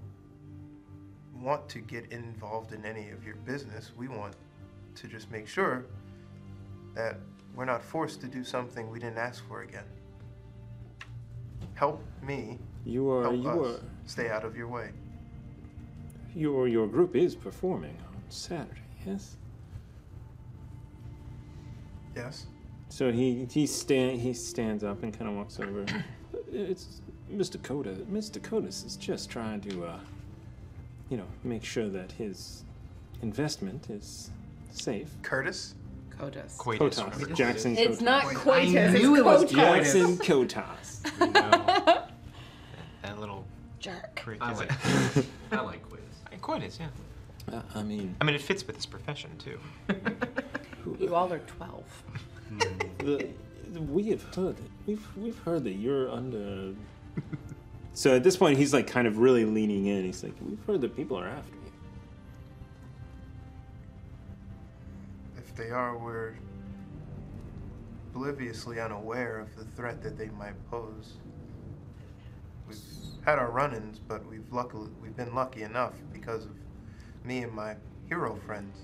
want to get involved in any of your business. We want to just make sure that
We're not forced to do something we didn't ask for again. Help me.
You are.
help
you are.
us. Stay out of your way.
Your your group is performing on Saturday, yes.
Yes.
So he he stand he stands up and kind of walks over. It's Miss Dakota. Miss Dakotas is just trying to, uh, you know, make sure that his investment is safe.
Curtis.
Codas.
Coitus.
Coitus.
Jackson.
It's
Coitus.
not coitus,
I knew
it's
it was
coitus.
Jackson Cotas.
That little
jerk.
I like.
I like quiz.
Quite is, yeah.
Uh, I mean,
I mean, it fits with his profession too.
You all are 12.
the, the- we have heard that we've we've heard that you're under. So at this point, he's like kind of really leaning in. He's like, "We've heard that people are after you."
If they are, we're obliviously unaware of the threat that they might pose. We've had our run-ins, but we've luckily we've been lucky enough because of me and my hero friends.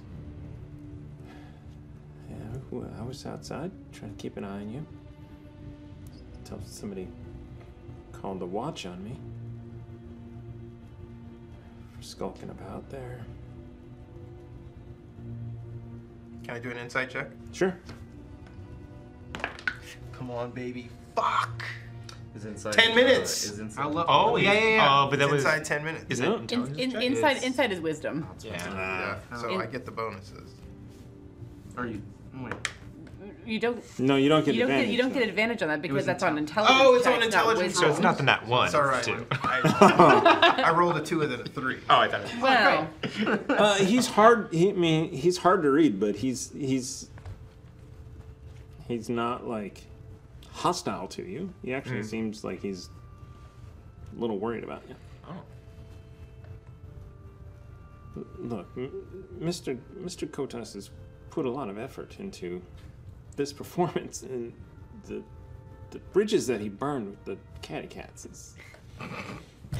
Yeah, well, I was outside trying to keep an eye on you. Until somebody called the watch on me. For skulking about there.
Can I do an insight check?
Sure.
Come on, baby. Fuck.
Is inside
Ten
uh,
minutes.
is inside-
I love-
Oh, yeah, yeah, yeah.
Oh, but that
It's
was-
inside 10 minutes.
Is it
In, in,
check?
inside,
It's-
inside is wisdom.
Yeah, so
In-
I get the bonuses.
Are you? Wait.
You don't.
No, you don't get
you don't
advantage.
Get, you don't get advantage on that because
was
that's Oh, on intelligence.
Oh,
checks, not wisdom.
So it's not the nat one.
It's all right.
Two.
I, I rolled a two and then a three.
Oh, I thought. It
Well,
uh, he's hard. He, I mean, he's hard to read, but he's he's he's not like hostile to you. He actually
Mm.
seems like he's a little worried about you.
Oh.
L- Look, m- Mr. Mr. Kotas has put a lot of effort into this performance, and the the bridges that he burned with the catty cats is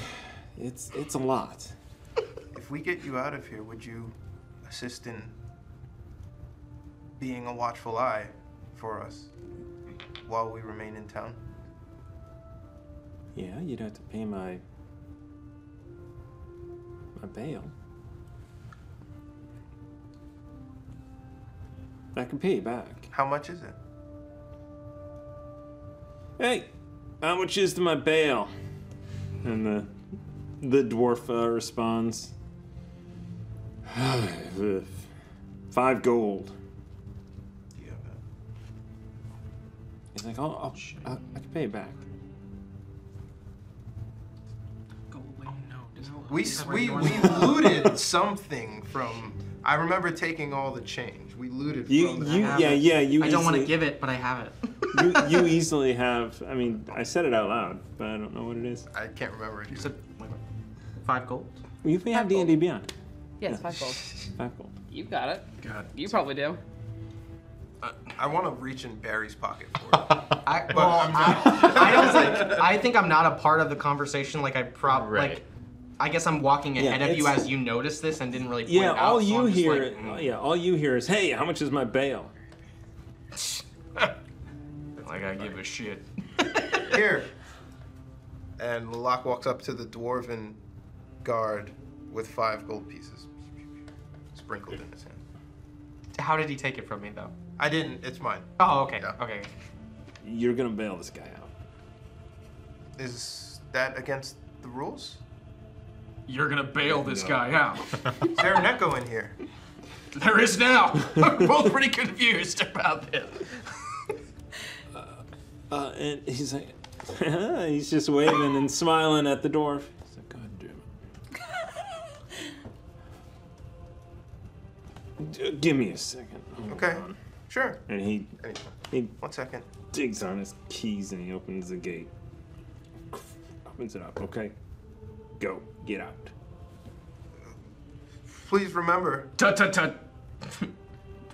it's it's a lot.
If we get you out of here, would you assist in being a watchful eye for us while we remain in town?
Yeah, you'd have to pay my my bail. I can pay you back.
How much is it?
Hey, how much is to my bail? And the the dwarf uh, responds, five gold. He's like, oh, I'll, I'll, I can pay you back.
We s- we, we looted something from. I remember taking all the change. We looted
You,
from.
you, yeah, yeah. You.
I don't wanna
give it, but I have it. you, you easily have. I mean, I said it out loud, but I don't know what it is.
I can't remember it.
five gold. Well, you may have D and D Beyond.
yes, five gold.
Five gold.
You got it. You probably do.
I want to reach in Barry's pocket for
I, well, I, I was like, I think I'm not a part of the conversation. Like I prob like, I guess I'm walking
Yeah,
ahead of you
it's-
as you notice this and didn't really. Point
Yeah,
it
all
out, so
you
I'm just
hear,
like, mm.
yeah, all you hear is, "Hey, how much is my bail?"
Like I give a shit.
it. Here. And Locke walks up to the dwarven guard with five gold pieces sprinkled in his hand.
How did he take it from me though?
I didn't. It's mine.
Oh, okay. Okay.
You're gonna bail this guy out.
Is that against the rules?
You're gonna bail this
No.
guy out.
Is there an echo in here?
There is now. We're both pretty confused about this.
Uh, and he's like, he's just waving and smiling at the dwarf. He's like, "God damn it." D- give me a second. Hold
Okay.
on.
Sure.
And he, he
one second.
Digs on his keys and he opens the gate. Opens it up. Okay. Go. Get out.
Please remember.
Tut tut tut.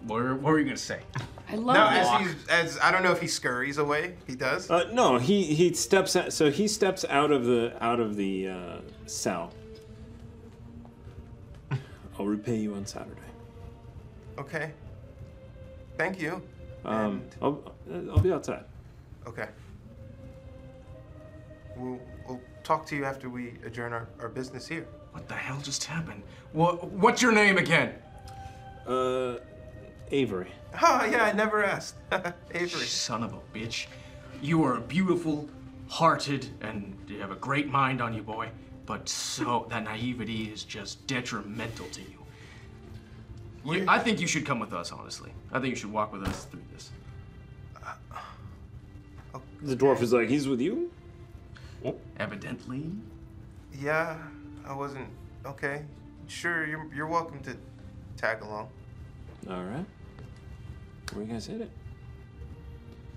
what, were, what were you gonna say?
I
Now, as, he's, as I don't know if he scurries away, he does.
Uh, no, he he steps out. So he steps out of the out of the uh, cell. I'll repay you on Saturday.
Okay. Thank you.
Um, I'll, I'll be outside.
Okay. We'll, we'll talk to you after we adjourn our, our business here.
What the hell just happened? What, what's your name again?
Uh, Avery.
Oh, yeah, I never asked. Avery.
Son of a bitch. You are a beautiful, hearted, and you have a great mind on you, boy. But so, that naivety is just detrimental to you. you. I think you should come with us, honestly. I think you should walk with us through this.
The dwarf is like, he's with you?
Evidently.
Yeah, I wasn't. Okay. Sure, you're, you're welcome to tag along
All right. Where you guys headed?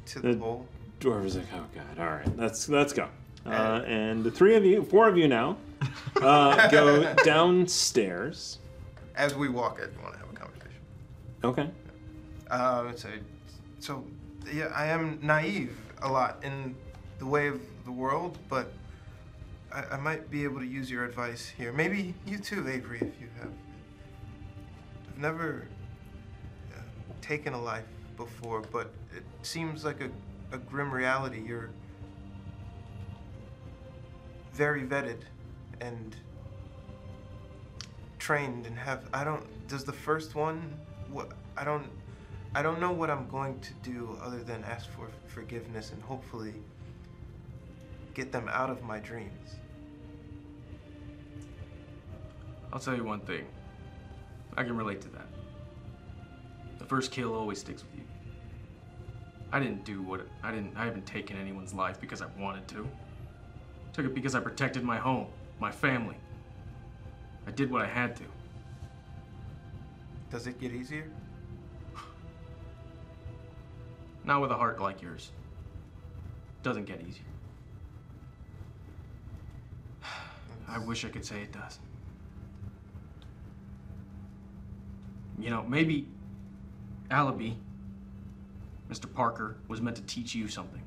to
The
the bowl.
dwarf is like, oh god, all right, let's let's go. Uh, and the three of you, four of you now, uh, go downstairs.
As we walk, I want to have a conversation.
Okay.
Um, so, so, yeah, I am naive a lot in the way of the world, but I, I might be able to use your advice here. Maybe you too, Avery, if you have. I've never uh, taken a life before, but it seems like a, a grim reality. You're very vetted and trained and have I don't does the first one what I don't I don't know what I'm going to do other than ask for forgiveness and hopefully get them out of my dreams.
I'll tell you one thing. I can relate to that. The first kill always sticks with you. I didn't do what I didn't. I haven't taken anyone's life because I wanted to. Took it because I protected my home, my family. I did what I had to.
Does it get easier?
Not with a heart like yours. Doesn't get easier. I wish I could say it does. You know, maybe Alibi, Mr. Parker, was meant to teach you something.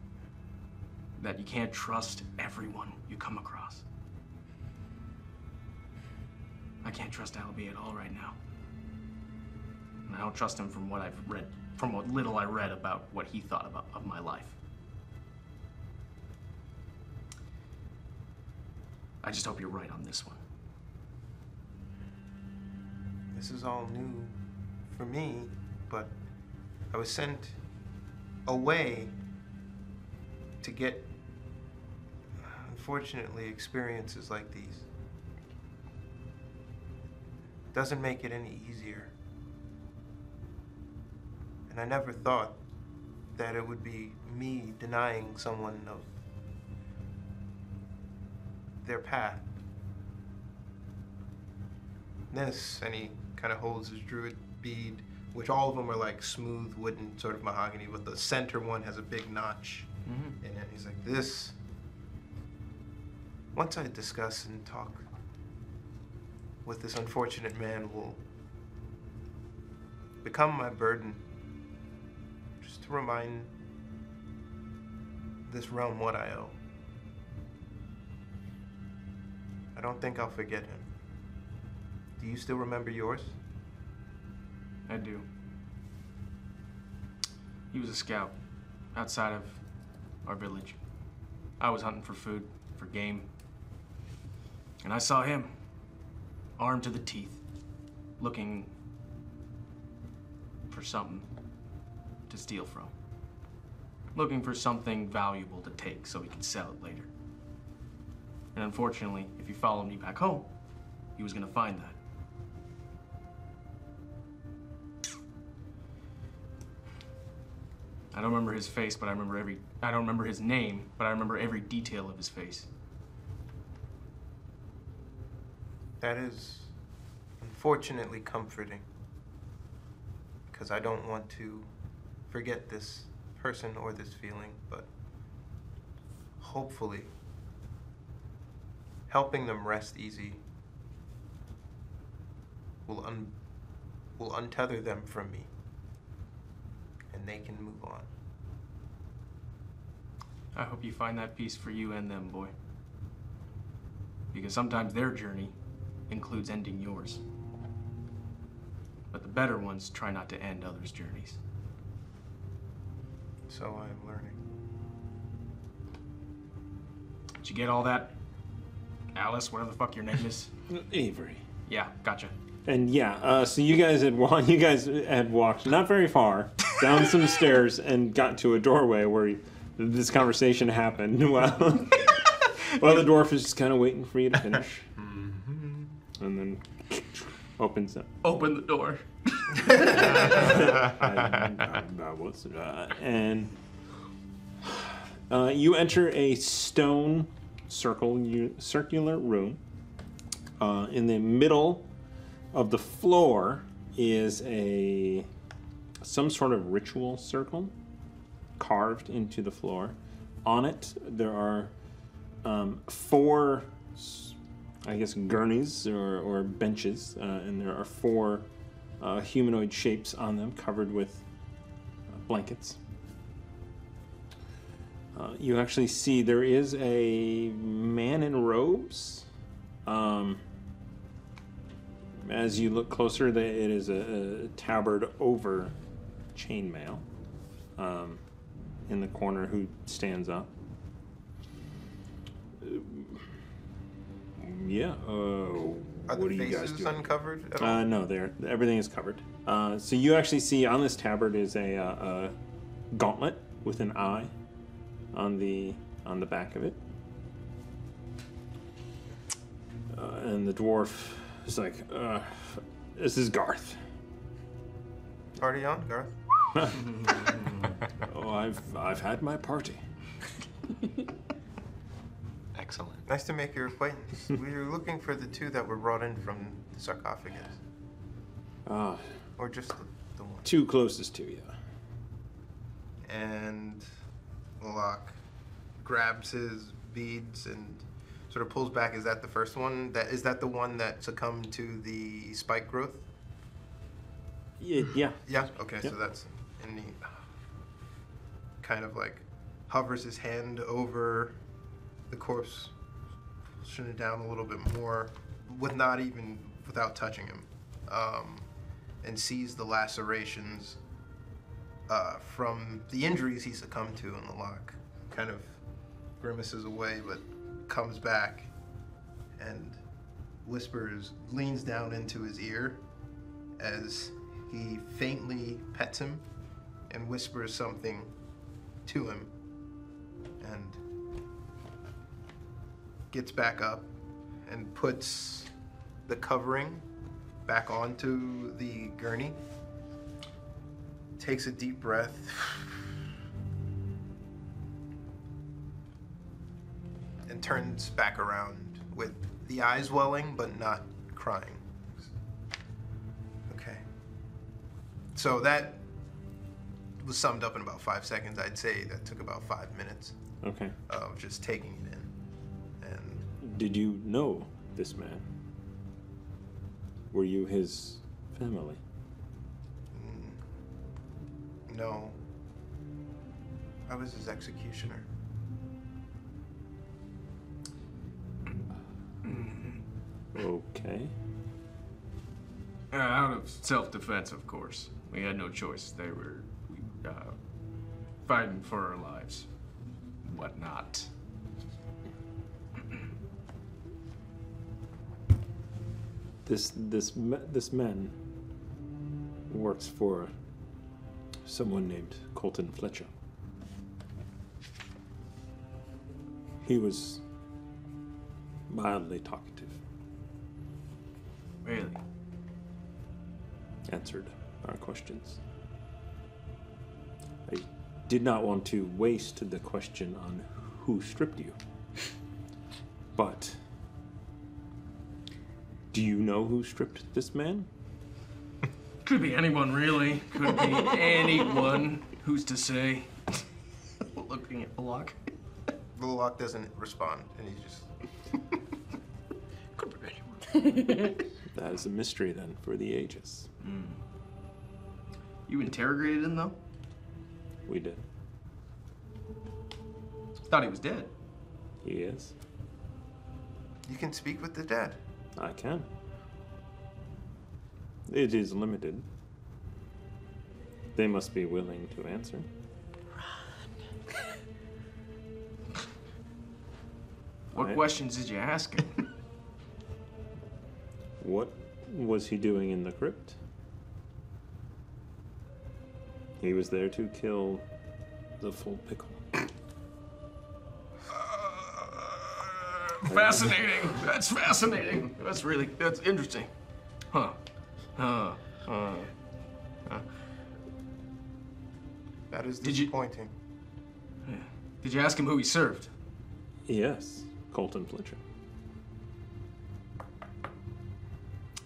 That you can't trust everyone you come across. I can't trust Alibi at all right now. And I don't trust him from what I've read, from what little I read about what he thought about of my life. I just hope you're right on this one.
This is all new for me, but I was sent away to get unfortunately experiences like these. Doesn't make it any easier. And I never thought that it would be me denying someone of their path. This, and he kind of holds his druid bead, which all of them are like smooth wooden sort of mahogany, but the center one has a big notch in it. He's like, this. Once I discuss and talk with this unfortunate man, will become my burden. Just to remind this realm what I owe. I don't think I'll forget him. Do you still remember yours?
I do. He was a scout outside of our village. I was hunting for food, for game. And I saw him, armed to the teeth, looking for something to steal from. Looking for something valuable to take so he could sell it later. And unfortunately, if he followed me back home, he was gonna find that. I don't remember his face, but I remember every. I don't remember his name, but I remember every detail of his face.
That is unfortunately comforting. Because I don't want to forget this person or this feeling, but hopefully helping them rest easy will un- will untether them from me and they can move on.
I hope you find that peace for you and them, boy. Because sometimes their journey includes ending yours. But the better ones try not to end others' journeys.
So I am learning.
Did you get all that? Alice, whatever the fuck your name is.
Avery.
Yeah, gotcha.
And yeah, uh, so you guys had wa- you guys had walked not very far down some stairs and got to a doorway where this conversation happened. Well, well, the dwarf is just kind of waiting for you to finish, and then opens up.
Open the door.
Uh, what's- uh, and uh, you enter a stone circle, you, circular room. Uh, in the middle of the floor is a some sort of ritual circle carved into the floor. On it, there are um, four, s- I guess, gurneys or, or benches, uh, and there are four uh, humanoid shapes on them covered with uh, blankets. Uh, you actually see there is a man in robes. Um, as you look closer, the, it is a, a tabard over chainmail um, in the corner who stands up. Uh, Yeah. Uh,
Are
what
the
do you guys
faces
do?
uncovered? at all?
Uh, no, there. Everything is covered. Uh, so you actually see on this tabard is a, uh, a gauntlet with an eye on the on the back of it. Uh, and the dwarf is like, uh, "This is Garth."
Party on, Garth.
oh, I've I've had my party.
Excellent. Nice to make your acquaintance. we were looking for the two that were brought in from the sarcophagus,
Uh,
or just the, the one.
two closest to you.
And Locke grabs his beads and sort of pulls back. Is that the first one? That is that the one that succumbed to the spike growth?
Yeah. Yeah.
Yeah. Okay.
Yep.
So that's and he kind of like hovers his hand over the corpse, pushing it down a little bit more, with not even without touching him, um, and sees the lacerations uh, from the injuries he succumbed to in the lock. Kind of grimaces away, but comes back and whispers, leans down into his ear as he faintly pets him and whispers something to him and gets back up and puts the covering back onto the gurney takes a deep breath and turns back around with the eyes welling but not crying okay so that was summed up in about five seconds. I'd say that took about five minutes
Okay.
of just taking it in. And
Did you know this man? Were you his family?
no, I was his executioner.
Okay.
Uh, out of self-defense, of course. We had no choice. They were uh, fighting for our lives, whatnot.
This this ma- this man works for someone named Colton Fletcher. He was mildly talkative.
Really?
Answered our questions. I did not want to waste the question on who stripped you, but do you know who stripped this man?
Could be anyone, really. Could be anyone. Who's to say? Looking at Block.
Bullock doesn't respond, and he's just
That is a mystery then for the ages.
You interrogated him though.
We did.
Thought he was dead.
He is.
You can speak with the dead.
I can. It is limited. They must be willing to answer.
What questions did you ask him?
What was he doing in the crypt? He was there to kill the full pickle.
Fascinating. That's fascinating. That's really that's interesting. Huh. Huh. Huh. Huh.
That is
Did you-
disappointing.
Did you ask him who he served?
Yes, Colton Fletcher.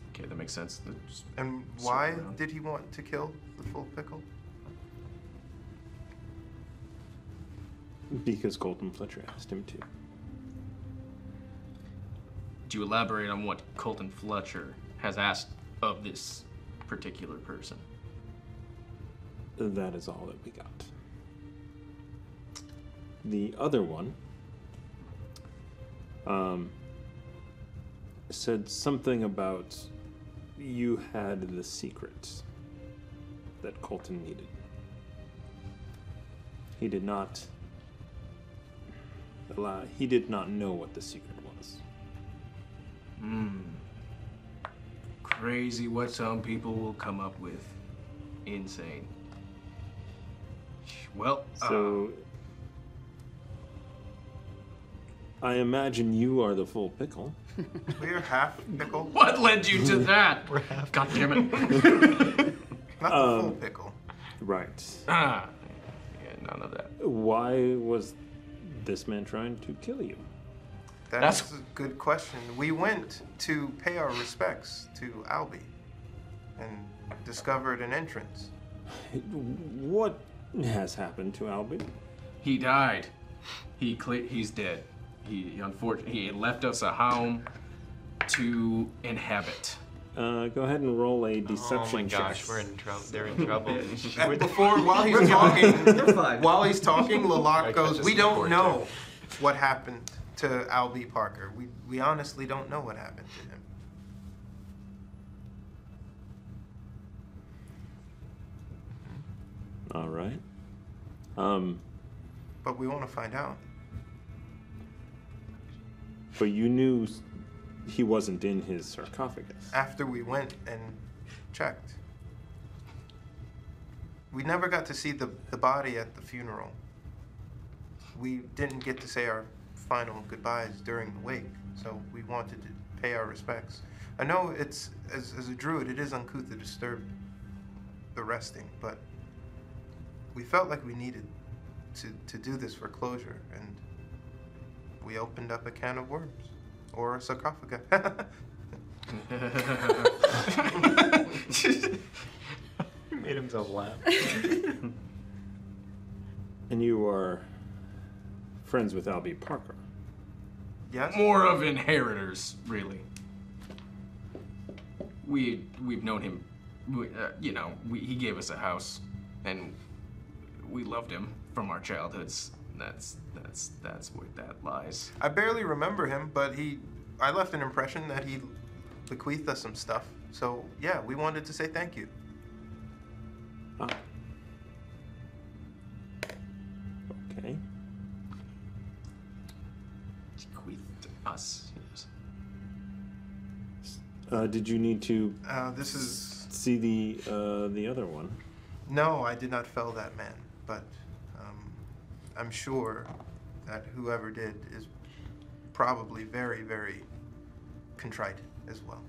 Okay, that makes sense. That just-
And
Circle
why
around.
did he want to kill the full pickle?
Because Colton Fletcher asked him to.
Do you elaborate on what Colton Fletcher has asked of this particular person?
That is all that we got. The other one um, said something about you had the secret that Colton needed. He did not allow, he did not know what the secret was.
Hmm. Crazy what some people will come up with. Insane. Well, uh,
So I imagine you are the full pickle.
We're half pickle.
what led you to that? God damn it.
Not the full
Um,
pickle.
Right.
Ah, yeah, none of that.
Why was this man trying to kill you?
That's
That's-
a good question. We went to pay our respects to Albie and discovered an entrance.
What has happened to Albie?
He died. He cle- he's dead. He unfortunately he left us a home to inhabit.
Uh, go ahead and roll a deception
Oh my gosh,
check.
we're in
trouble. They're in trouble.
And before, while he's talking, while he's talking, Lalak goes, "We don't know what happened to Albie Parker. We we honestly don't know what happened to him."
All right. Um,
But we want to find out.
but you knew s- he wasn't in his sarcophagus.
After we went and checked, we never got to see the, the body at the funeral. We didn't get to say our final goodbyes during the wake, so we wanted to pay our respects. I know it's, as, as a druid, it is uncouth to disturb the resting, but we felt like we needed to, to do this for closure, and we opened up a can of worms or a sarcophagus.
He made himself laugh.
And you are friends with Albie Parker.
Yes.
More of inheritors, really. We we've known him. We, uh, you know, we, he gave us a house, and we loved him from our childhoods. That's that's that's where that lies.
I barely remember him, but he I left an impression that he bequeathed us some stuff. So yeah, we wanted to say thank you.
Ah. Okay.
Bequeathed us. Yes.
Uh, did you need to
Uh, this is
see the uh, the other one?
no, I did not fell that man, but um, I'm sure that whoever did is probably very, very contrite as well.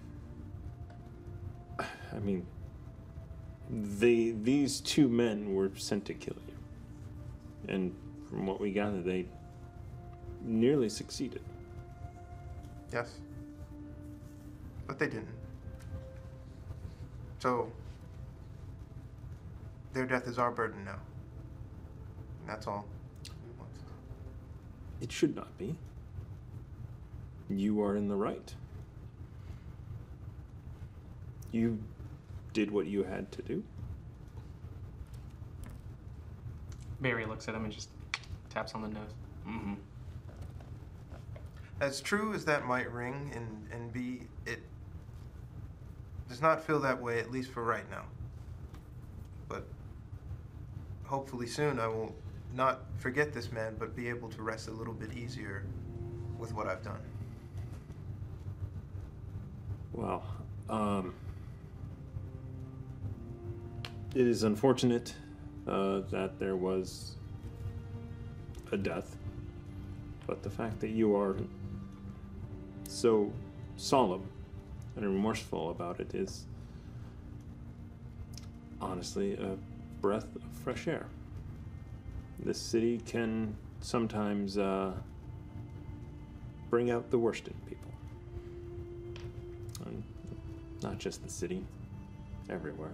I mean, they these two men were sent to kill you, and from what we gather, they nearly succeeded.
Yes, but they didn't. So their death is our burden now. And that's all.
It should not be. You are in the right. You did what you had to do.
Barry looks at him and just taps on the nose. Mm-hmm.
As true as that might ring and, and be, it does not feel that way, at least for right now. But hopefully soon I will not forget this man, but be able to rest a little bit easier with what I've done.
Well, um, it is unfortunate uh, that there was a death, but the fact that you are so solemn and remorseful about it is honestly a breath of fresh air. This city can sometimes uh, bring out the worst in people. And not just the city, everywhere.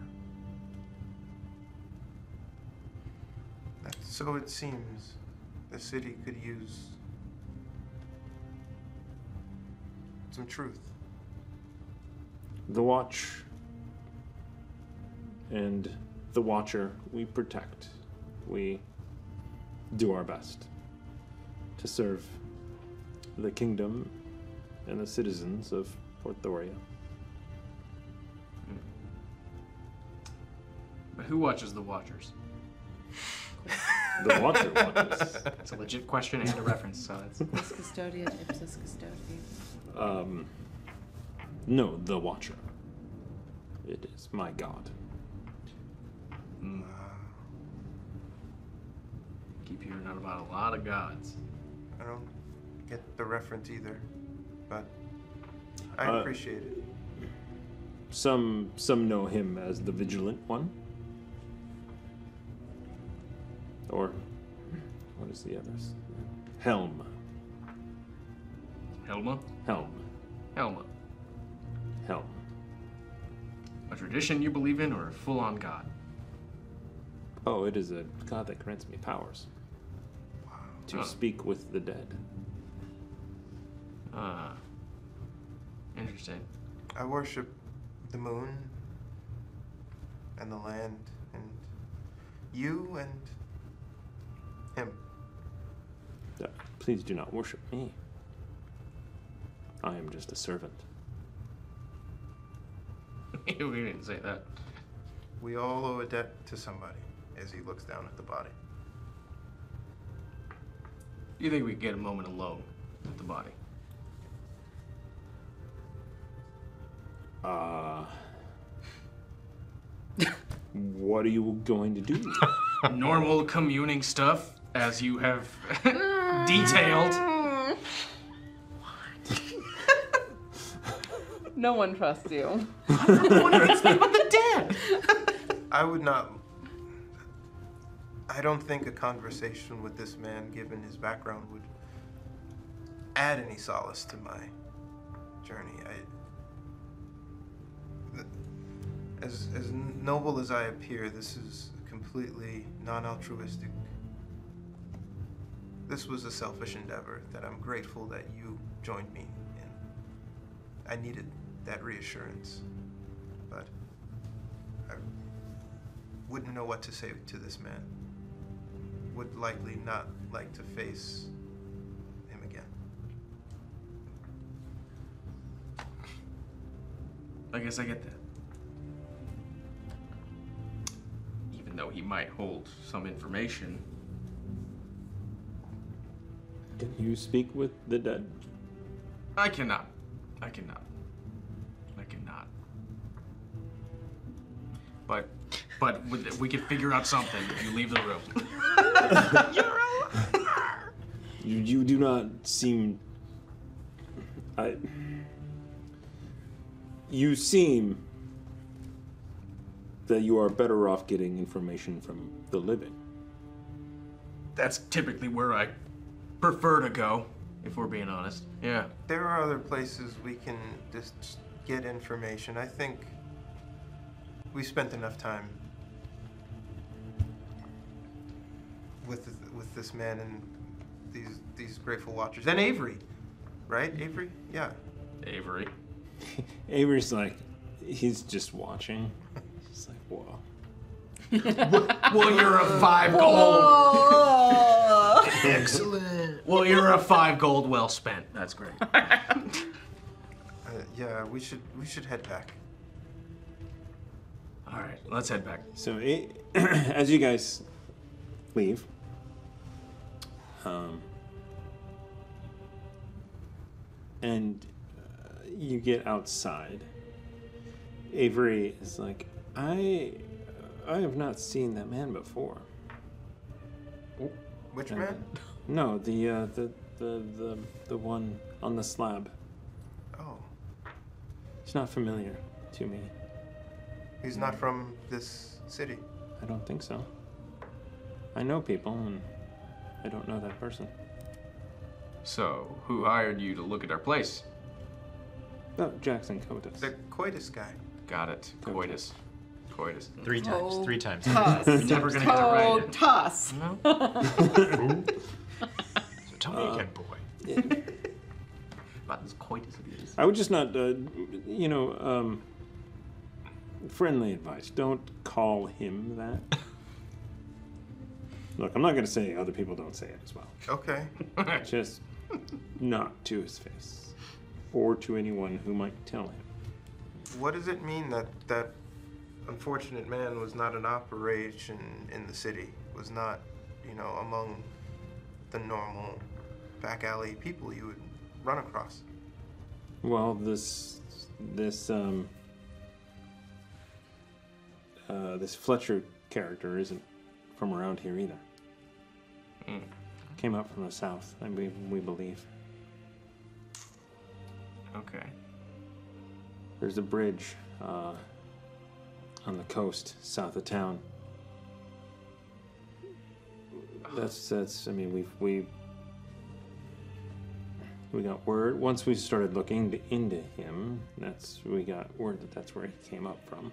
So it seems the city could use some truth.
The Watch and the Watcher, we protect. We do our best to serve the kingdom and the citizens of Port Thoria.
But who watches the Watchers?
The Watcher watches.
It's a legit question and a reference, so
Ipsis
it's.
custodian, ipsis custodian.
Um, no, the Watcher. It is my god.
Keep hearing out about a lot of gods.
I don't get the reference either, but I
Uh,
appreciate it.
Some some know him as the Vigilant One. Or what is the others? Helm.
Helma?
Helm.
Helma.
Helm.
A tradition you believe in or a full on god?
Oh, it is a god that grants me powers. To
Huh.
speak with the dead.
Ah. Interesting.
I worship the moon and the land and you and him.
Uh, Please do not worship me. I am just a servant.
we didn't say that.
We all owe a debt to somebody as he looks down at the body.
You think we could get a moment alone with the body?
Uh. what are you going to do?
Normal communing stuff, as you have detailed.
Hmm. No one trusts you.
the dead. I would not. I don't think a conversation with this man, given his background, would add any solace to my journey. I, th- as as noble as I appear, this is completely non-altruistic. This was a selfish endeavor that I'm grateful that you joined me in. I needed that reassurance, but I wouldn't know what to say to this man. Would likely not like to face him again.
I guess I get that. Even though he might hold some information,
Can you speak with the dead?
I cannot. I cannot. I cannot. But, but with- we could figure out something if you leave the room.
You, you do not seem. I. You seem that you are better off getting information from the living.
That's typically where I prefer to go, if we're being honest. Yeah.
There are other places we can just get information. I think we spent enough time with with this man and these these grateful watchers and Avery, right? Avery, yeah.
Avery.
Avery's like, he's just watching. He's like, whoa.
Well, you're a five
gold.
Excellent. Well, you're a five gold well spent. That's great.
Uh, yeah, we should we should head back.
All right, let's head back.
So, it, as you guys leave, um, and uh, you get outside. Avery is like, I, I have not seen that man before.
Which
And-
man?
No, the uh, the the the the one on the slab.
Oh,
It's not familiar to me.
he's not from this city.
I don't think so. I know people, and I don't know that person.
So, who hired you to look at our place?
Oh, Jackson Cotus.
The coitus guy.
Got it. Coitus. Coitus.
Three times. Three times.
Toss.
You're never gonna get it right.
Toe Toss.
So tell me again, boy. About this coitus of yours.
I would just not, uh, you know, um, friendly advice. Don't call him that. Look, I'm not going to say other people don't say it as well.
Okay.
just not to his face or to anyone who might tell him.
What does it mean that that unfortunate man was not an operation in the city? Was not, you know, among the normal back alley people you would run across?
Well, this this um uh, this Fletcher character isn't from around here either. Came up from the south, I believe we believe.
Okay.
There's a bridge uh, on the coast south of town. That's that's. I mean, we've we we got word once we started looking to, into him. That's we got word that that's where he came up from,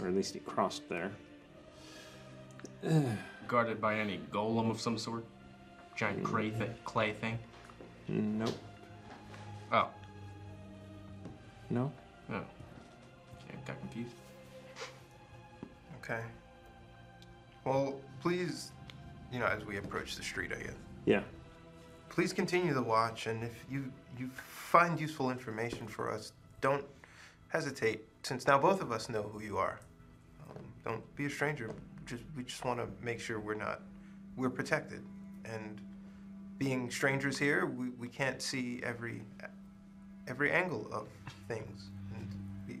or at least he crossed there.
Guarded by any golem of some sort? Giant clay, thi- clay thing?
Nope.
Oh.
No.
Oh. Okay, got confused.
Okay. Well, please, you know, as we approach the street, I guess.
Yeah.
Please continue the watch, and if you you find useful information for us, don't hesitate. Since now both of us know who you are, um, don't be a stranger. Just we just want to make sure we're not we're protected. And being strangers here, we, we can't see every every angle of things. And we,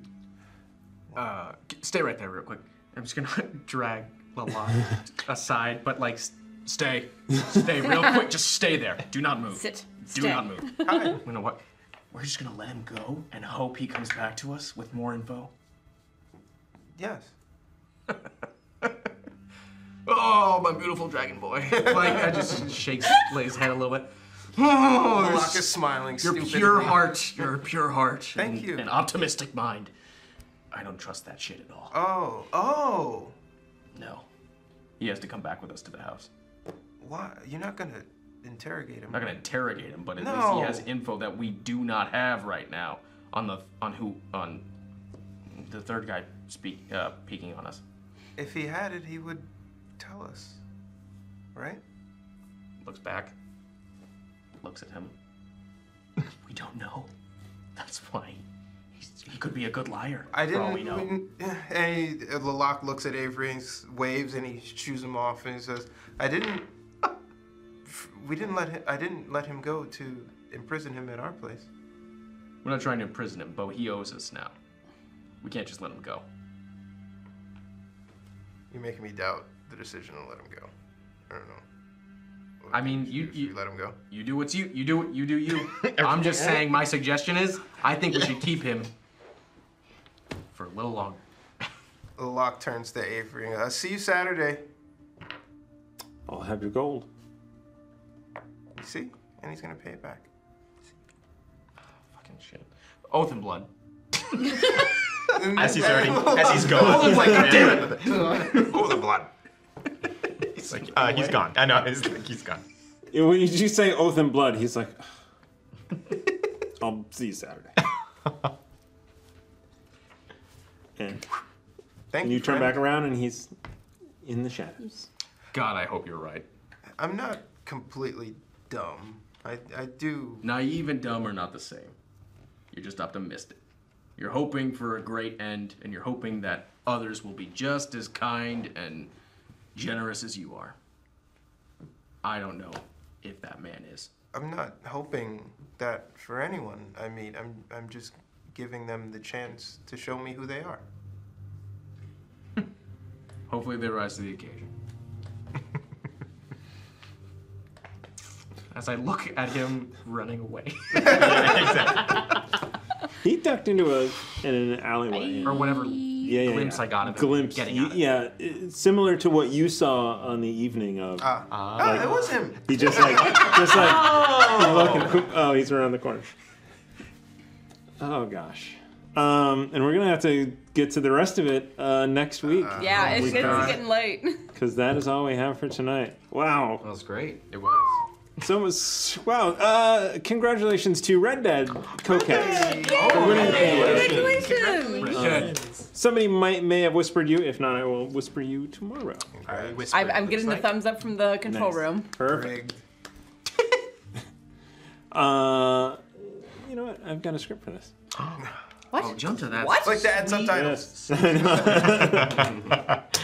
Uh, g- stay right there, real quick. I'm just gonna drag Lalak aside, but like, s- stay, stay real quick. Just stay there. Do not move.
Sit.
Do
Stay.
not move. You know what? We're just gonna let him go and hope he comes back to us with more info.
Yes.
oh, my beautiful dragon boy. Like, I just shakes Lay's head a little bit. Oh,
Lalak is smiling
Your
stupidly.
pure heart, your pure heart.
Thank
and,
you.
And optimistic mind. I don't trust that shit at all.
Oh, oh.
No. He has to come back with us to the house.
Why? You're not gonna interrogate him.
I'm not gonna interrogate him, but at
No.
least he has info that we do not have right now on the on who on the third guy speak uh, peeking on us.
If he had it, he would tell us, right?
Looks back, looks at him. we don't know. That's why he's, he could be a good liar.
I
For
didn't.
all we know.
And he, Lalak looks at Avery and s- waves, and he shoos him off, and he says, "I didn't. We didn't let him. I didn't let him go to imprison him at our place.
We're not trying to imprison him, but he owes us now. We can't just let him go.
You're making me doubt the decision to let him go. I don't know.
I mean, you, you
let him go.
You do what's you. You do what you do. You. I'm just saying. My suggestion is, I think we should keep him for a little longer.
Lalak turns to Avery and goes, "I'll "See you Saturday."
I'll have your gold.
You see, and he's gonna pay it back.
Fucking shit. Oath and blood.
As he's already- as he's going.
Oath and blood. God damn it.
Oath and blood.
He's like,
Uh, he's gone. I know. He's, like, he's gone.
When you just say oath and blood, he's like, I'll see you Saturday. and
Thank
and you turn back around, and he's in the shadows.
God, I hope you're right.
I'm not completely dumb. I, I do.
Naive and dumb are not the same. You're just optimistic. You're hoping for a great end, and you're hoping that others will be just as kind and generous as you are. I don't know if that man is.
I'm not hoping that for anyone I meet. I'm I'm just giving them the chance to show me who they are.
Hopefully they rise to the occasion. As I look at him running away.
He ducked into a in an alleyway
or whatever
yeah, yeah,
glimpse
yeah.
I got of him
glimpse.
getting
You-
out of it.
yeah, i- similar to what you saw on the evening of. Ah,
Ah, it was him.
He just like just like
Oh.
looking- Oh, he's around the corner. Oh gosh. Um, and we're gonna have to get to the rest of it uh, next week.
Oh
yeah, it's, it's getting late.
because that is all we have for tonight. Wow, that
was great. It was.
So was wow. Uh, congratulations to Red Dead Coquettes. for winning the game. Um, somebody might may have whispered you. If not, I will whisper you tomorrow.
I'm, I'm getting the thumbs up from the control
Nice.
room.
Perfect. uh, you know what? I've got a script for this.
What?
Oh, jump to that.
What?
Like that sometimes.
Yes.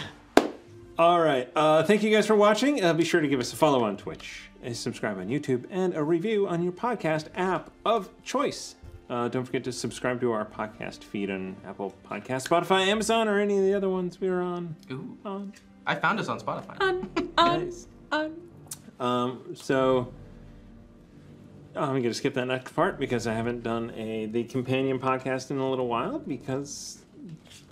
All right. Uh, thank you guys for watching. Uh, be sure to give us a follow on Twitch, a subscribe on YouTube, and a review on your podcast app of choice. Uh, don't forget to subscribe to our podcast feed on Apple Podcasts, Spotify, Amazon, or any of the other ones we are on.
Ooh.
On.
I found us on Spotify.
nice. Um, so I'm going to skip that next part because I haven't done a the companion podcast in a little while because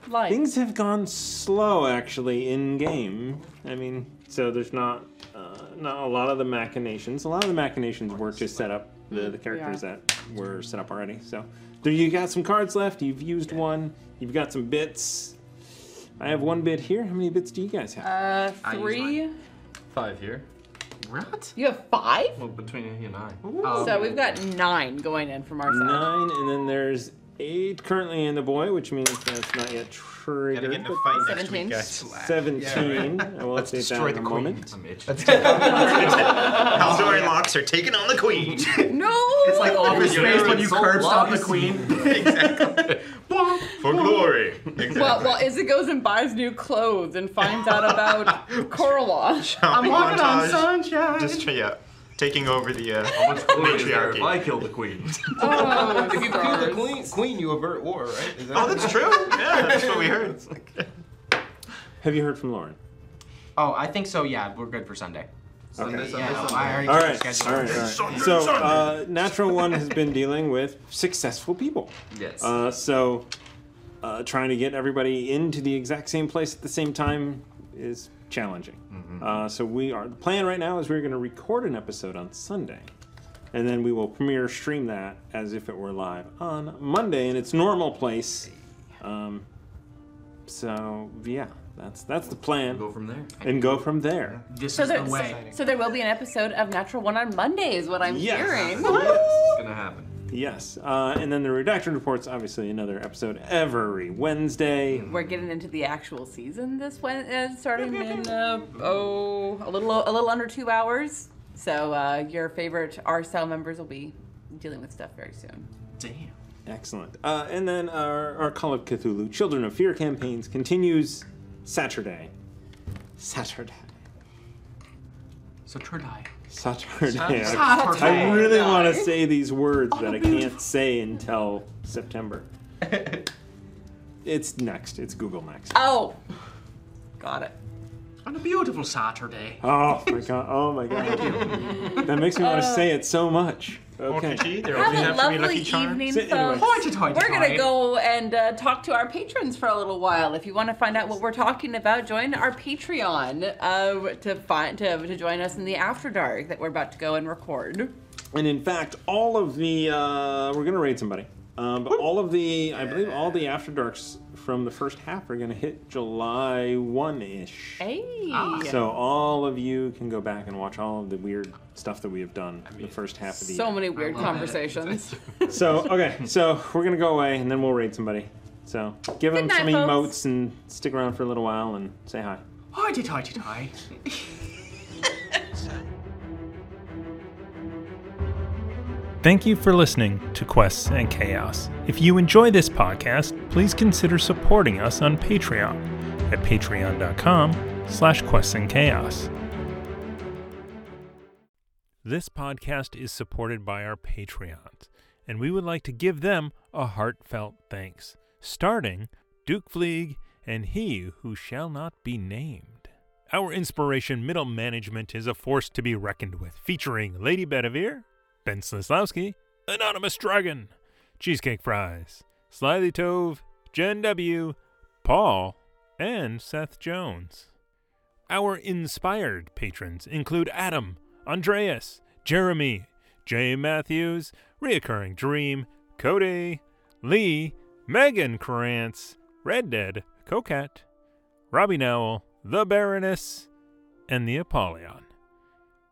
Life.
things have gone slow actually in game. I mean, so there's not uh, not a lot of the machinations. A lot of the machinations were just set up the, the characters
Yeah.
that were set up already. So there you got some cards left. You've used one. You've got some bits. I have one bit here. How many bits do you guys have?
Uh,
I use
three.
Five here.
What?
You have five?
Well, between you and I.
so we've got nine going in from our side.
Nine, and then there's eight currently in the boy, which means that's not yet triggered.
get in a fight next Seventeen. week, guys.
Seventeen.
Yeah.
I will
Let's
update that
destroy
in a
the
moment.
Story locks are taking on the queen.
No!
It's like office space when you curb stop the
queen.
For glory. Exactly.
Well, well, Izzy goes and buys new clothes and finds out about Korla. I'm walking on
Montage.
sunshine.
Just try- yeah, taking over the uh,
glory is there if
matriarchy.
I
kill the queen.
Oh,
if you kill the queen, queen, you avert war, right? Is
Oh, that's true. Yeah, that's what we heard.
Have you heard from Lauren?
Oh, I think so. Yeah, we're good for Sunday.
Okay.
yeah, no, I already
all
checked
right,
the schedule.
all right, all right. So, uh, Natural One has been dealing with successful people.
Yes.
Uh, so, uh, trying to get everybody into the exact same place at the same time is challenging. Uh, so, we are the plan right now is we're going to record an episode on Sunday, and then we will premiere stream that as if it were live on Monday in its normal place. Um, so yeah, that's that's the plan. Go
from there.
And go from there.
This
So there, so, so there will be an episode of Natural One on Monday, is what I'm
Yes.
hearing.
It's gonna happen. Yes, uh, and then the redaction reports. Obviously, another episode every Wednesday.
We're getting into the actual season this Wednesday, starting in uh, oh a little a little under two hours. So uh, your favorite R cell members will be dealing with stuff very soon.
Damn.
Excellent. Uh, and then our, our Call of Cthulhu Children of Fear campaigns continues Saturday. Saturday.
So Turdai.
Saturday.
Saturday.
I really want to say these words that I can't say until September. it's next. It's Google next.
Oh, got it.
On a beautiful Saturday.
Oh my god. Oh my god. That makes me want to say it so much. Okay.
Have a lovely evening,
So anyway,
folks. We're gonna go and uh, talk to our patrons for a little while. If you want to find out what we're talking about, join our Patreon uh, to find to, to join us in the after dark that we're about to go and record.
And in fact, all of the uh, we're gonna raid somebody. Um, but all of the I believe all the after darks from the first half are gonna hit July one ish.
Hey.
So all of you can go back and watch all of the weird stuff that we have done the first half of the
so
year.
many weird conversations.
So okay, so we're gonna go away and then we'll raid somebody. So give them
Good
some
night,
emotes and stick around for a little while and say hi.
Hoity toity toy.
Thank you for listening to Quests and Chaos. If you enjoy this podcast, please consider supporting us on Patreon at patreon.com slash quests and chaos.
This podcast is supported by our Patreons, and we would like to give them a heartfelt thanks, starting Duke Fleeg and He Who Shall Not Be Named. Our inspiration, Middle Management, is a force to be reckoned with, featuring Lady Bedivere, Ben Slislawski, Anonymous Dragon, Cheesecake Fries, Slyly Tove, Jen W., Paul, and Seth Jones. Our inspired patrons include Adam, Andreas, Jeremy, Jay Matthews, Reoccurring Dream, Cody, Lee, Megan Krantz, Red Dead, Coquette, Robbie Nowell, The Baroness, and the Apollyon.